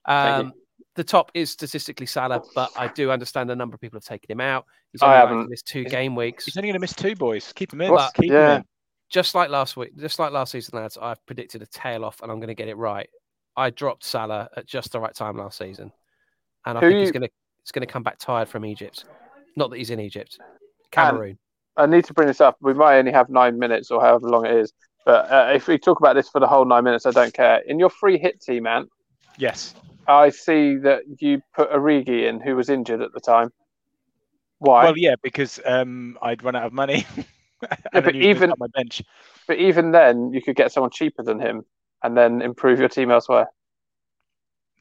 [SPEAKER 1] Thank you.
[SPEAKER 3] Um, the top is statistically Salah, but I do understand a number of people have taken him out. He's
[SPEAKER 1] I
[SPEAKER 3] only likely
[SPEAKER 1] haven't.
[SPEAKER 3] missed two
[SPEAKER 1] He's-
[SPEAKER 3] game weeks,
[SPEAKER 2] He's only going to miss two, boys. Keep him in.
[SPEAKER 3] Well,
[SPEAKER 2] Keep
[SPEAKER 1] yeah.
[SPEAKER 2] him
[SPEAKER 3] just like last week, just like last season, lads. I've predicted a tail off, and I'm going to get it right. I dropped Salah at just the right time last season, and I
[SPEAKER 1] Who
[SPEAKER 3] think he's
[SPEAKER 1] you-
[SPEAKER 3] going to he's going to come back tired from Egypt. Not that he's in Egypt, Cameroon.
[SPEAKER 1] I need to bring this up. We might only have nine minutes or however long it is, but uh, if we talk about this for the whole nine minutes, I don't care. In your free hit team, Ant,
[SPEAKER 2] in. Yes.
[SPEAKER 1] I see that you put Origi in, who was injured at the time. Why?
[SPEAKER 2] Well, yeah, because um, I'd run out of money. and I
[SPEAKER 1] but
[SPEAKER 2] knew he was
[SPEAKER 1] even-
[SPEAKER 2] on my bench.
[SPEAKER 1] but even then, you could get someone cheaper than him and then improve your team elsewhere.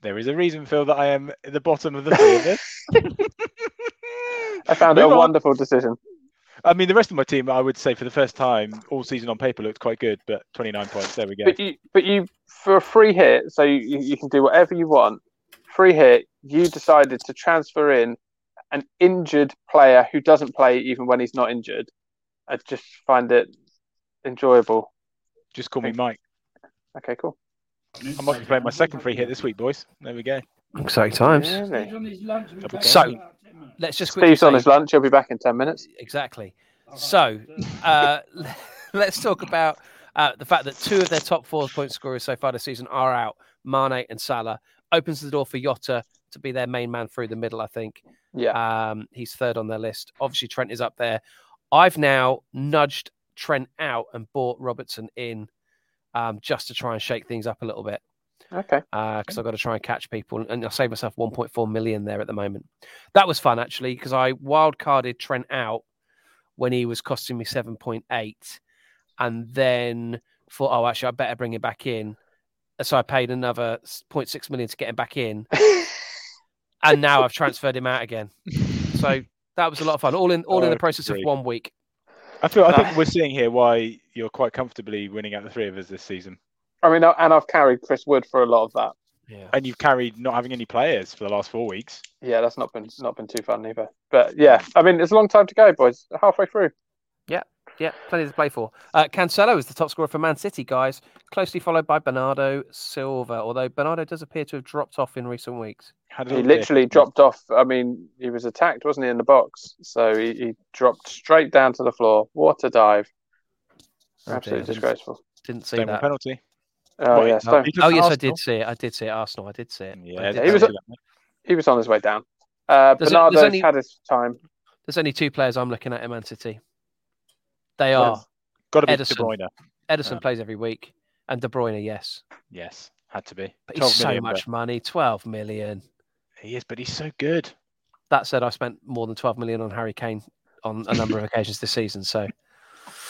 [SPEAKER 2] There is a reason, Phil, that I am at the bottom of the three of this.
[SPEAKER 1] I found it a
[SPEAKER 2] Move on.
[SPEAKER 1] wonderful decision.
[SPEAKER 2] I mean, the rest of my team, I would say, for the first time all season on paper looked quite good, but 29 points. There we go.
[SPEAKER 1] But you, but you, for a free hit, so you, you you can do whatever you want. Free hit, you decided to transfer in an injured player who doesn't play even when he's not injured. I just find it enjoyable.
[SPEAKER 2] Just call me Mike.
[SPEAKER 1] Okay, cool.
[SPEAKER 2] I might be playing my second free hit this week, boys. There we go.
[SPEAKER 3] Exciting times.
[SPEAKER 1] Really?
[SPEAKER 2] Double
[SPEAKER 3] So- Let's just quickly
[SPEAKER 1] Steve's on
[SPEAKER 3] say-
[SPEAKER 1] his lunch. He'll be back in ten minutes.
[SPEAKER 3] exactly. So, uh, let's talk about uh, the fact that two of their top four point scorers so far this season are out. Mane and Salah opens the door for Yotta to be their main man through the middle. I think
[SPEAKER 1] Yeah.
[SPEAKER 3] um, he's third on their list. Obviously, Trent is up there. I've now nudged Trent out and bought Robertson in um, just to try and shake things up a little bit.
[SPEAKER 1] Uh, Okay.
[SPEAKER 3] because uh, I've got to try and catch people, and I save myself 1.4 million there at the moment. That was fun actually, because I wild carded Trent out when he was costing me 7.8, and then thought, oh, actually, I better bring him back in. So I paid another s- 0.6 million to get him back in, and now I've transferred him out again. So that was a lot of fun. All in, all in the
[SPEAKER 2] Oh,
[SPEAKER 3] process of
[SPEAKER 2] great.
[SPEAKER 3] one week.
[SPEAKER 2] I feel. I think
[SPEAKER 1] Nice.
[SPEAKER 2] we're seeing here why you're quite comfortably winning out the three of us this season,
[SPEAKER 1] I mean, and I've carried Chris Wood for a lot of that.
[SPEAKER 3] Yeah.
[SPEAKER 2] and you've carried not having any players for the last four weeks.
[SPEAKER 1] Yeah, that's not been not been too fun either. But yeah, I mean, it's a long time to go, boys. Halfway through.
[SPEAKER 3] Yeah, plenty to play for. Uh, Cancelo is the top scorer for Man City, guys, closely followed by Bernardo Silva, although Bernardo does appear to have dropped off in recent weeks.
[SPEAKER 2] Had a
[SPEAKER 1] He
[SPEAKER 2] little bit.
[SPEAKER 1] literally dropped off. I mean, he was attacked, wasn't he, in the box? So he, he dropped straight down to the floor. What a dive! Absolutely disgraceful.
[SPEAKER 3] Didn't see
[SPEAKER 2] Don't want
[SPEAKER 3] that.
[SPEAKER 2] penalty.
[SPEAKER 1] Oh
[SPEAKER 2] Right,
[SPEAKER 1] yeah,
[SPEAKER 3] No.
[SPEAKER 1] Stone.
[SPEAKER 2] He took
[SPEAKER 3] Oh, yes, I
[SPEAKER 2] Arsenal.
[SPEAKER 3] did see it. I did see it. Arsenal, I did see it. I
[SPEAKER 2] Yeah,
[SPEAKER 3] did
[SPEAKER 1] he was
[SPEAKER 3] see it.
[SPEAKER 1] a- he was on his way down. Uh,
[SPEAKER 3] Does it-
[SPEAKER 1] Bernardo
[SPEAKER 3] does any-
[SPEAKER 1] had his time.
[SPEAKER 3] There's only two players I'm looking at in Man City. They are
[SPEAKER 2] got to be
[SPEAKER 3] Ederson.
[SPEAKER 2] De Bruyne.
[SPEAKER 3] Edison
[SPEAKER 2] Yeah.
[SPEAKER 3] plays every week, and De Bruyne, yes.
[SPEAKER 2] Yes, had to be.
[SPEAKER 3] But he's
[SPEAKER 2] 12
[SPEAKER 3] so
[SPEAKER 2] million,
[SPEAKER 3] much money, 12 million.
[SPEAKER 2] but He is, but he's so good.
[SPEAKER 3] That said, I spent more than 12 million on Harry Kane on a number of occasions this season. So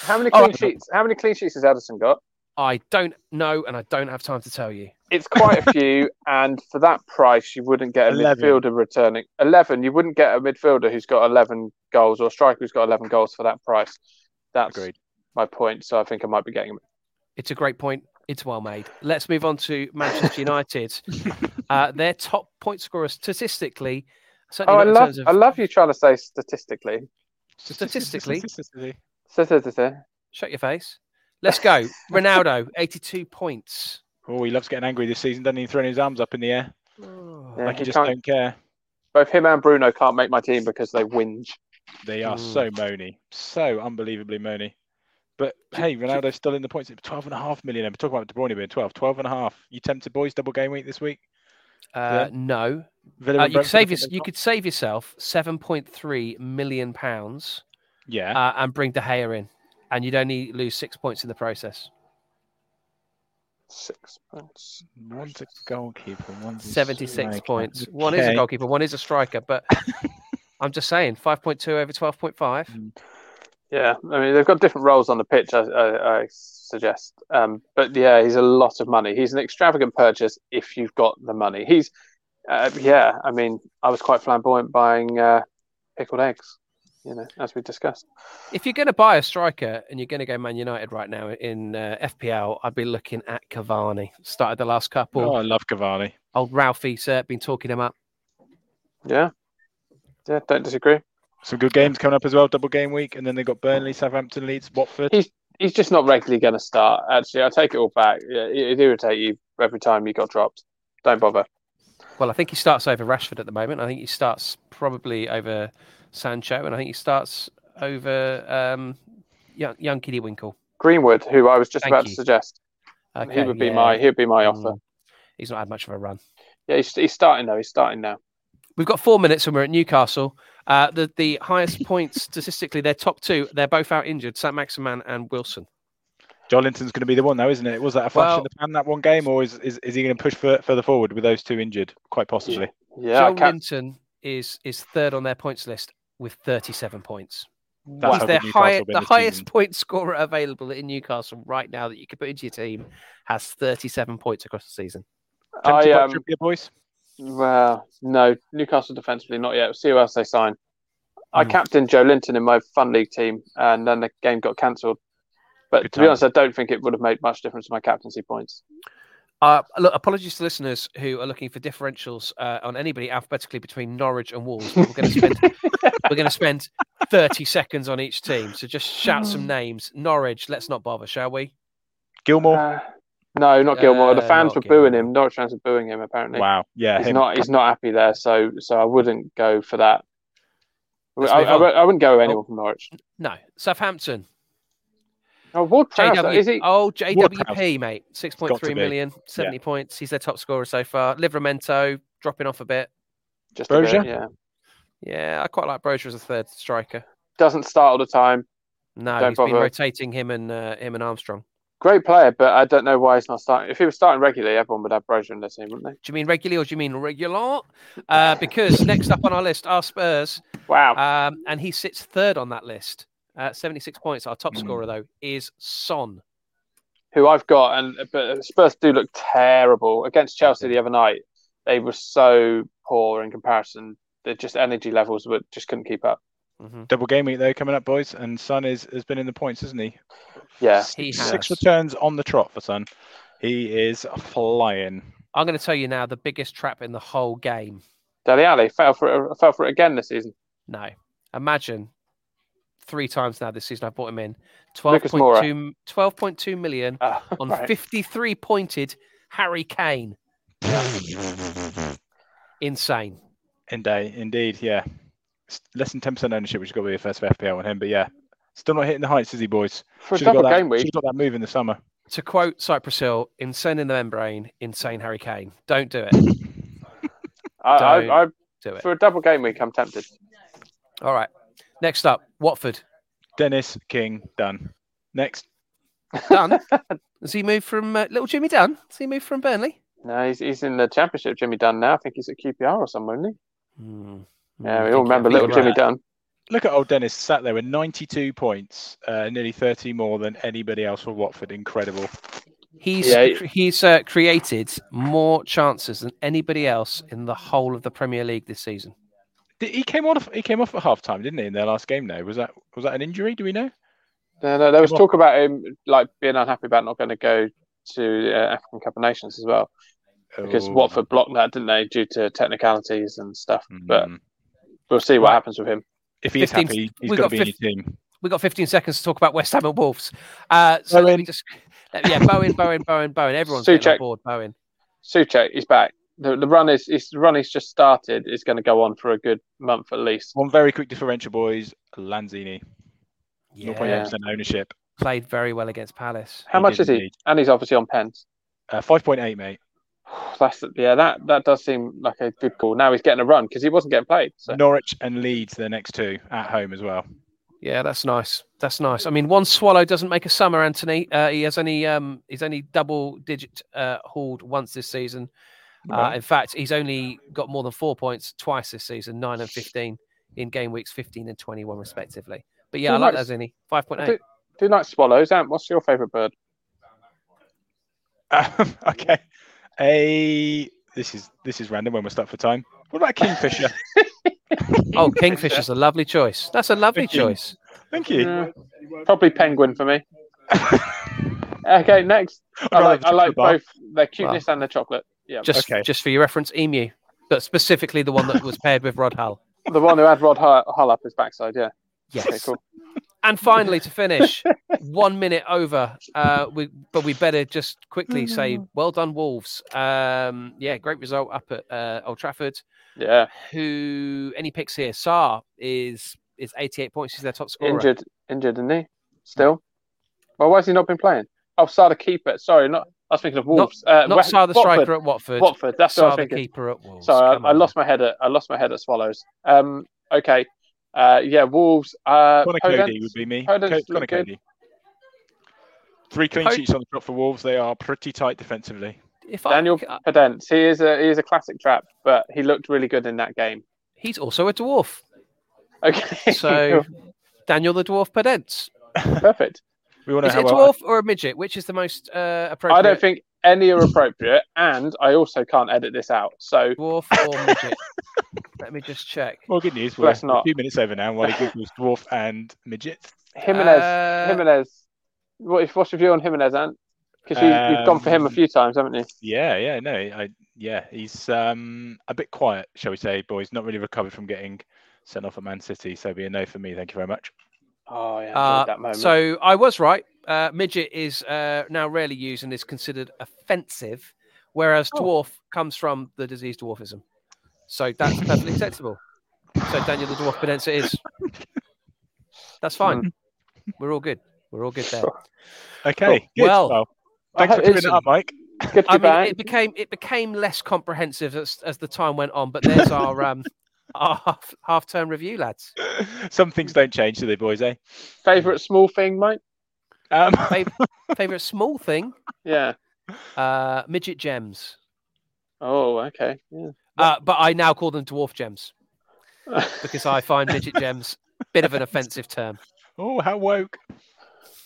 [SPEAKER 1] How many
[SPEAKER 3] Oh,
[SPEAKER 1] clean
[SPEAKER 3] I-
[SPEAKER 1] sheets? How many clean sheets has Addison got?
[SPEAKER 3] I don't know, and I don't have time to tell you.
[SPEAKER 1] It's quite a few, and for that price, you wouldn't get a
[SPEAKER 2] 11.
[SPEAKER 1] midfielder returning eleven. You wouldn't get a midfielder who's got eleven goals or a striker who's got eleven goals for that price. That's
[SPEAKER 2] Agreed.
[SPEAKER 1] my point. So I think I might be getting him.
[SPEAKER 3] It's a great point. It's well made. Let's move on to Manchester United. uh, their top point scorer statistically,
[SPEAKER 1] Oh,
[SPEAKER 3] certainly
[SPEAKER 1] I
[SPEAKER 3] not in
[SPEAKER 1] love,
[SPEAKER 3] terms of
[SPEAKER 1] I love you trying to say statistically.
[SPEAKER 3] Statistically-
[SPEAKER 2] Statistically.
[SPEAKER 1] Statistically.
[SPEAKER 3] Shut your face. Let's go. Ronaldo, 82 points.
[SPEAKER 2] Oh, he loves getting angry this season, doesn't he? Throwing his arms up in the air
[SPEAKER 3] Uh,
[SPEAKER 1] Yeah,
[SPEAKER 2] like he
[SPEAKER 1] he
[SPEAKER 2] just
[SPEAKER 1] can't-
[SPEAKER 2] don't care.
[SPEAKER 1] Both him and Bruno can't make my team because they whinge.
[SPEAKER 2] They are
[SPEAKER 3] Mm.
[SPEAKER 2] so moany, so unbelievably moany. But hey, Ronaldo's still in the points. 12 and a half million. We're talking about De Bruyne being 12. 12 and a half. You tempted boys double game week this week? Yeah.
[SPEAKER 3] Uh, No.
[SPEAKER 2] Villa
[SPEAKER 3] Uh,
[SPEAKER 2] and Brentford,
[SPEAKER 3] you, could
[SPEAKER 2] I
[SPEAKER 3] save
[SPEAKER 2] think
[SPEAKER 3] your,
[SPEAKER 2] they've
[SPEAKER 3] you
[SPEAKER 2] got-
[SPEAKER 3] could save yourself 7.3 million pounds
[SPEAKER 2] Yeah.
[SPEAKER 3] uh, and bring De Gea in, and you'd only lose six points in the process.
[SPEAKER 1] Six points.
[SPEAKER 2] one's a goalkeeper. One's a
[SPEAKER 3] 76
[SPEAKER 2] striker.
[SPEAKER 3] points. One is a
[SPEAKER 2] Okay.
[SPEAKER 3] goalkeeper, one is a striker, but I'm just saying 5.2 over 12.5.
[SPEAKER 1] Yeah, I mean they've got different roles on the pitch. I, I, I suggest, um, but yeah, he's a lot of money. He's an extravagant purchase if you've got the money. He's, uh, yeah, I mean I was quite flamboyant buying uh, pickled eggs, you know, as we discussed.
[SPEAKER 3] If you're going to buy a striker and you're going to go Man United right now in uh, FPL, I'd be looking at Cavani. Started the last couple.
[SPEAKER 2] Oh, I love Cavani.
[SPEAKER 3] Old Ralphie's uh, been talking him up.
[SPEAKER 1] Yeah, yeah, don't disagree.
[SPEAKER 2] Some good games coming up as well. Double game week, and then they've got Burnley, Southampton, Leeds, Watford.
[SPEAKER 1] He's- He's just not regularly going to start. Actually, I take it all back. Yeah, it, it irritate you every time you got dropped. Don't bother.
[SPEAKER 3] Well, I think he starts over Rashford at the moment. I think he starts probably over Sancho, and I think he starts over um, young, young Kiddie Winkle.
[SPEAKER 1] Greenwood, who I was just
[SPEAKER 3] Thank
[SPEAKER 1] about
[SPEAKER 3] you.
[SPEAKER 1] to suggest, he would be
[SPEAKER 3] yeah.
[SPEAKER 1] my he'd be my offer.
[SPEAKER 3] Mm. He's not had much of a run.
[SPEAKER 1] Yeah, he's, he's starting though. He's starting now.
[SPEAKER 3] We've got four minutes, and we're at Newcastle. Uh, the the highest points statistically, they're top two. They're both out injured, Sam Maximan and Wilson.
[SPEAKER 2] Jolinton's going to be the one, though, isn't it? Was that a flash
[SPEAKER 3] Well-
[SPEAKER 2] in the pan that one game, or is is, is he going to push fur- further forward with those two injured? Quite possibly.
[SPEAKER 1] Yeah, I
[SPEAKER 3] Joel
[SPEAKER 1] can't-
[SPEAKER 3] Linton is is third on their points list with 37 points.
[SPEAKER 2] That's
[SPEAKER 3] He's
[SPEAKER 2] how
[SPEAKER 3] their
[SPEAKER 2] good Newcastle
[SPEAKER 3] high,
[SPEAKER 2] have been
[SPEAKER 3] the
[SPEAKER 2] this
[SPEAKER 3] highest
[SPEAKER 2] season.
[SPEAKER 3] point scorer available in Newcastle right now that you could put into your team has 37 points across the season.
[SPEAKER 1] I
[SPEAKER 2] Tempted by
[SPEAKER 1] um,
[SPEAKER 2] Trippier, boys.
[SPEAKER 1] well, no, Newcastle defensively not yet. We'll see who else they sign. I
[SPEAKER 3] Mm.
[SPEAKER 1] captained Joe Linton in my fun league team, and then the game got cancelled. But
[SPEAKER 2] Good
[SPEAKER 1] to be
[SPEAKER 2] timing.
[SPEAKER 1] honest, I don't think it would have made much difference to my captaincy points.
[SPEAKER 3] Uh, look, apologies to listeners who are looking for differentials uh, on anybody alphabetically between Norwich and Wolves. but We're going to spend we're going to spend 30 seconds on each team. So just shout some names. Norwich, let's not bother, shall we?
[SPEAKER 2] Gilmore.
[SPEAKER 1] Uh, no, not Gilmore. the
[SPEAKER 3] Uh,
[SPEAKER 1] fans
[SPEAKER 3] not
[SPEAKER 1] were
[SPEAKER 3] Gilmour.
[SPEAKER 1] booing him. Norwich fans were booing him. Apparently,
[SPEAKER 2] wow. Yeah.
[SPEAKER 1] he's
[SPEAKER 2] him.
[SPEAKER 1] not. He's not happy there. So, so I wouldn't go for that. I,
[SPEAKER 3] Let's move
[SPEAKER 1] I,
[SPEAKER 3] on.
[SPEAKER 1] I wouldn't
[SPEAKER 3] Oh.
[SPEAKER 1] go with anyone from Norwich.
[SPEAKER 3] No, Southampton.
[SPEAKER 1] Oh, Ward Prowse,
[SPEAKER 3] JW,
[SPEAKER 1] is he?
[SPEAKER 3] oh,
[SPEAKER 2] Woodhouse.
[SPEAKER 3] JWP, mate.
[SPEAKER 2] got to
[SPEAKER 3] 6.3
[SPEAKER 2] be.
[SPEAKER 3] million, 70 points. He's their top scorer so far. Livramento dropping off a bit.
[SPEAKER 1] Just a bit,
[SPEAKER 2] Brozier?
[SPEAKER 1] yeah.
[SPEAKER 3] Yeah, I quite like Brozier as a third striker.
[SPEAKER 1] Doesn't start all the time.
[SPEAKER 3] No,
[SPEAKER 1] Don't
[SPEAKER 3] he's been
[SPEAKER 1] bother.
[SPEAKER 3] rotating him and uh, him and Armstrong.
[SPEAKER 1] Great player, but I don't know why he's not starting. If he was starting regularly, everyone would have Brozier in their team, wouldn't
[SPEAKER 3] Do you mean regularly or do you mean regular? Uh, because next up on our list are Spurs,
[SPEAKER 1] they? Wow.
[SPEAKER 3] um, and he sits third on that list. Uh, 76 points. Our
[SPEAKER 1] Hmm.
[SPEAKER 3] top
[SPEAKER 2] Mm.
[SPEAKER 3] scorer, though, is Son.
[SPEAKER 1] who I've got, and but Spurs do look terrible against Chelsea the other night. They were so poor in comparison. They're just energy levels, but just couldn't keep up. Mm-hmm.
[SPEAKER 3] Mhm.
[SPEAKER 2] Double game week though coming up, boys. And Son is has been in the points, isn't he?
[SPEAKER 1] Yeah,
[SPEAKER 2] Six,
[SPEAKER 3] He
[SPEAKER 2] six
[SPEAKER 3] has.
[SPEAKER 2] returns on the trot for Son. He is flying.
[SPEAKER 3] I'm going to tell you now the biggest trap in the whole game.
[SPEAKER 1] Deli Ali fell for it, fell for it again this season.
[SPEAKER 3] No. Imagine three times now this season I've bought him in.
[SPEAKER 1] Lucas Moura.
[SPEAKER 3] 12.2, 12.2 million
[SPEAKER 1] Uh,
[SPEAKER 3] on
[SPEAKER 1] right.
[SPEAKER 3] 53 pointed Harry Kane. Insane.
[SPEAKER 2] Indeed, indeed, yeah. S- Less than ten percent ownership, which has got to be a first for FPL on him. But yeah, still not hitting the heights, is he, boys?
[SPEAKER 1] for a
[SPEAKER 2] Should've got
[SPEAKER 1] double
[SPEAKER 2] that-
[SPEAKER 1] game week.
[SPEAKER 2] should've got that move in the summer.
[SPEAKER 3] To quote Cypress Hill, insane in the membrane, insane Harry Kane. Don't do it.
[SPEAKER 1] I, I, I,
[SPEAKER 3] Do it.
[SPEAKER 1] for a double game week, I'm tempted.
[SPEAKER 3] All right. Next up, Watford.
[SPEAKER 2] Dennis King done. Next,
[SPEAKER 3] Done. Has he moved from uh, little Jimmy Dunn? Has he moved from Burnley?
[SPEAKER 1] No, he's, he's in the championship, Jimmy Dunn now. I think he's at QPR or somewhere, isn't
[SPEAKER 3] Hmm.
[SPEAKER 1] he? Yeah,
[SPEAKER 3] I
[SPEAKER 1] we all
[SPEAKER 3] think- I
[SPEAKER 1] remember
[SPEAKER 3] think
[SPEAKER 1] little
[SPEAKER 3] you're
[SPEAKER 1] Jimmy
[SPEAKER 3] right.
[SPEAKER 1] Dunn.
[SPEAKER 2] Look at old Dennis sat there with 92 points, uh, nearly 30 more than anybody else for Watford. Incredible.
[SPEAKER 3] He's
[SPEAKER 1] Yeah.
[SPEAKER 3] cr- he's uh, created more chances than anybody else in the whole of the Premier League this season.
[SPEAKER 2] Did, he came off. He came off at half time, didn't he? In their last game, though, was that was that an injury? Do we know?
[SPEAKER 1] No, no, there was
[SPEAKER 2] Come on.
[SPEAKER 1] talk about him like being unhappy about not going to go to uh, African Cup of Nations as well because
[SPEAKER 2] Oh,
[SPEAKER 1] Watford blocked that, didn't they, due to technicalities and stuff.
[SPEAKER 3] Hmm.
[SPEAKER 1] But
[SPEAKER 2] mm.
[SPEAKER 1] we'll see what
[SPEAKER 3] Right.
[SPEAKER 1] happens with him.
[SPEAKER 2] if he's
[SPEAKER 3] 15
[SPEAKER 2] happy, he's
[SPEAKER 3] we've
[SPEAKER 2] got to
[SPEAKER 3] got
[SPEAKER 2] be in your team.
[SPEAKER 3] We've got 15 seconds to talk about West Ham and Wolves. Uh, so let me
[SPEAKER 2] Bowen.
[SPEAKER 3] just, let- yeah, Bowen, Bowen, Bowen, Bowen. Everyone's getting on
[SPEAKER 1] Suchek.
[SPEAKER 3] board. Bowen.
[SPEAKER 1] Suchek is back. The, the run is it's, the run he's just started is going to go on for a good month at least.
[SPEAKER 2] One very quick differential, boys. Lanzini,
[SPEAKER 3] Yeah,
[SPEAKER 2] 0.8% ownership.
[SPEAKER 3] played very well against Palace.
[SPEAKER 1] How
[SPEAKER 2] He
[SPEAKER 1] much
[SPEAKER 2] did
[SPEAKER 1] is he?
[SPEAKER 2] indeed.
[SPEAKER 1] And he's obviously on pens.
[SPEAKER 2] Uh, 5.8, mate.
[SPEAKER 1] That's yeah, that that does seem like a good call. Now he's getting a run because he wasn't getting played. So
[SPEAKER 2] Norwich and Leeds, their next two at home as well.
[SPEAKER 3] Yeah, that's nice. That's nice. I mean, one swallow doesn't make a summer, Anthony. Uh, he has only um, he's only double digit uh, hauled once this season. Uh, in fact, he's only got more than four points twice this season, nine and fifteen in game weeks fifteen and twenty one respectively. But yeah, I
[SPEAKER 1] Who
[SPEAKER 3] like that,
[SPEAKER 1] likes-
[SPEAKER 3] Zinni. Five point
[SPEAKER 1] I
[SPEAKER 3] eight.
[SPEAKER 1] do, do you like swallows. Ant, what's your favourite bird?
[SPEAKER 2] Um, okay. A. This is this is random when we're stuck for time. What about Kingfisher?
[SPEAKER 3] Oh, Kingfisher's a lovely choice. That's a lovely
[SPEAKER 2] Thank you.
[SPEAKER 3] choice.
[SPEAKER 2] Thank you.
[SPEAKER 1] Yeah. Probably penguin for me. Okay, next. I
[SPEAKER 2] rather
[SPEAKER 1] like,
[SPEAKER 2] the
[SPEAKER 1] I like
[SPEAKER 2] chocolate bar.
[SPEAKER 1] both their cuteness and their chocolate. Yeah,
[SPEAKER 3] Just
[SPEAKER 2] Okay.
[SPEAKER 3] just for your reference, Emu, but specifically the one that was paired with Rod Hull.
[SPEAKER 1] Oh, the one who had Rod Hull Hull up his backside. Yeah.
[SPEAKER 3] Yes.
[SPEAKER 1] Okay, cool.
[SPEAKER 3] And finally, to finish, one minute over. Uh, we, but we better just
[SPEAKER 1] Oh,
[SPEAKER 3] quickly say, well done, Wolves. Um, yeah, great result up at uh, Old Trafford.
[SPEAKER 1] Yeah,
[SPEAKER 3] Who? Any picks here? Saar is is eighty eight points. He's their top scorer.
[SPEAKER 1] injured, injured, isn't he? Still.
[SPEAKER 3] Hmm.
[SPEAKER 1] Well, why has he not been playing? Oh, Sar the keeper. Sorry, not. I was thinking of Wolves. uh,
[SPEAKER 3] Not
[SPEAKER 1] West-
[SPEAKER 3] Saar the
[SPEAKER 1] Watford.
[SPEAKER 3] striker at Watford.
[SPEAKER 1] Watford. That's what I
[SPEAKER 3] Saar
[SPEAKER 1] was
[SPEAKER 3] the
[SPEAKER 1] thinking.
[SPEAKER 3] keeper at Wolves.
[SPEAKER 1] Sorry,
[SPEAKER 3] Come
[SPEAKER 1] I, I
[SPEAKER 3] on.
[SPEAKER 1] lost my head at I lost my head at Swallows. Um, okay, uh, yeah, Wolves. Uh,
[SPEAKER 2] Connor
[SPEAKER 1] Podence.
[SPEAKER 2] Cody would be me.
[SPEAKER 1] Podence
[SPEAKER 2] Co-
[SPEAKER 1] look
[SPEAKER 2] Connor
[SPEAKER 1] good.
[SPEAKER 2] Cody. Three clean
[SPEAKER 3] Pod-
[SPEAKER 2] sheets on the trot for Wolves. They are pretty tight defensively.
[SPEAKER 3] If I- uh,
[SPEAKER 1] Daniel Pedence. He is a he is a classic trap, but he looked really good in that game.
[SPEAKER 3] he's also a dwarf.
[SPEAKER 1] Okay,
[SPEAKER 3] So, Daniel the dwarf pedants.
[SPEAKER 1] perfect.
[SPEAKER 2] We want to
[SPEAKER 3] Is
[SPEAKER 2] know
[SPEAKER 3] it a
[SPEAKER 2] how well-
[SPEAKER 3] dwarf or a midget? Which is the most uh, appropriate?
[SPEAKER 1] I don't think any are appropriate, and I also can't edit this out. So
[SPEAKER 3] dwarf or midget. Let me just check.
[SPEAKER 2] Well, good news. We're
[SPEAKER 1] Bless
[SPEAKER 2] a
[SPEAKER 1] not.
[SPEAKER 2] few minutes over now while he googles dwarf and midget.
[SPEAKER 1] Jimenez,
[SPEAKER 3] Uh,
[SPEAKER 1] Jimenez. What, what's your view on Jimenez, Ant? Because you, you've gone for him a
[SPEAKER 2] Um,
[SPEAKER 1] few times, haven't you?
[SPEAKER 2] Yeah, yeah, no, I yeah, he's um a bit quiet, shall we say, boys. Not really recovered from getting sent off at Man City, so be a no for me. Thank you very much.
[SPEAKER 1] Oh yeah,
[SPEAKER 3] Uh,
[SPEAKER 1] that moment.
[SPEAKER 3] So I was right. Uh, midget is uh, now rarely used and is considered offensive, whereas dwarf comes from the disease dwarfism. So that's perfectly acceptable. So Daniel the dwarf Pedenza is. That's fine. We're all good. We're all good there.
[SPEAKER 2] Okay,
[SPEAKER 3] Cool.
[SPEAKER 2] good.
[SPEAKER 3] Well,
[SPEAKER 1] I
[SPEAKER 2] thanks for
[SPEAKER 1] hope-
[SPEAKER 2] giving it
[SPEAKER 1] listen,
[SPEAKER 2] up, Mike.
[SPEAKER 1] Good to
[SPEAKER 3] I
[SPEAKER 1] be
[SPEAKER 3] mean,
[SPEAKER 1] back.
[SPEAKER 3] it became it became less comprehensive as, as the time went on. But there's our um, our half, half-term review, lads.
[SPEAKER 2] Some things don't change, do they, boys? Eh?
[SPEAKER 1] Favorite small thing, mate?
[SPEAKER 2] Um,
[SPEAKER 3] Fav- favorite small thing,
[SPEAKER 1] Yeah.
[SPEAKER 3] uh, midget gems.
[SPEAKER 1] Oh, okay. Yeah.
[SPEAKER 3] Uh, but I now call them dwarf gems. because I find midget gems bit of an offensive term.
[SPEAKER 2] oh, how woke!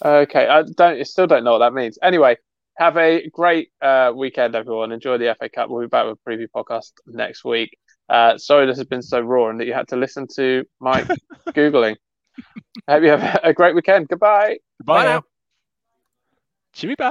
[SPEAKER 1] Okay, I don't I still don't know what that means. Anyway, have a great uh, weekend, everyone. Enjoy the FA Cup. We'll be back with a preview podcast next week. Uh, sorry this has been so raw and that you had to listen to Mike googling. I hope you have a great weekend. Goodbye.
[SPEAKER 2] Bye
[SPEAKER 3] now.
[SPEAKER 2] now. Should we back?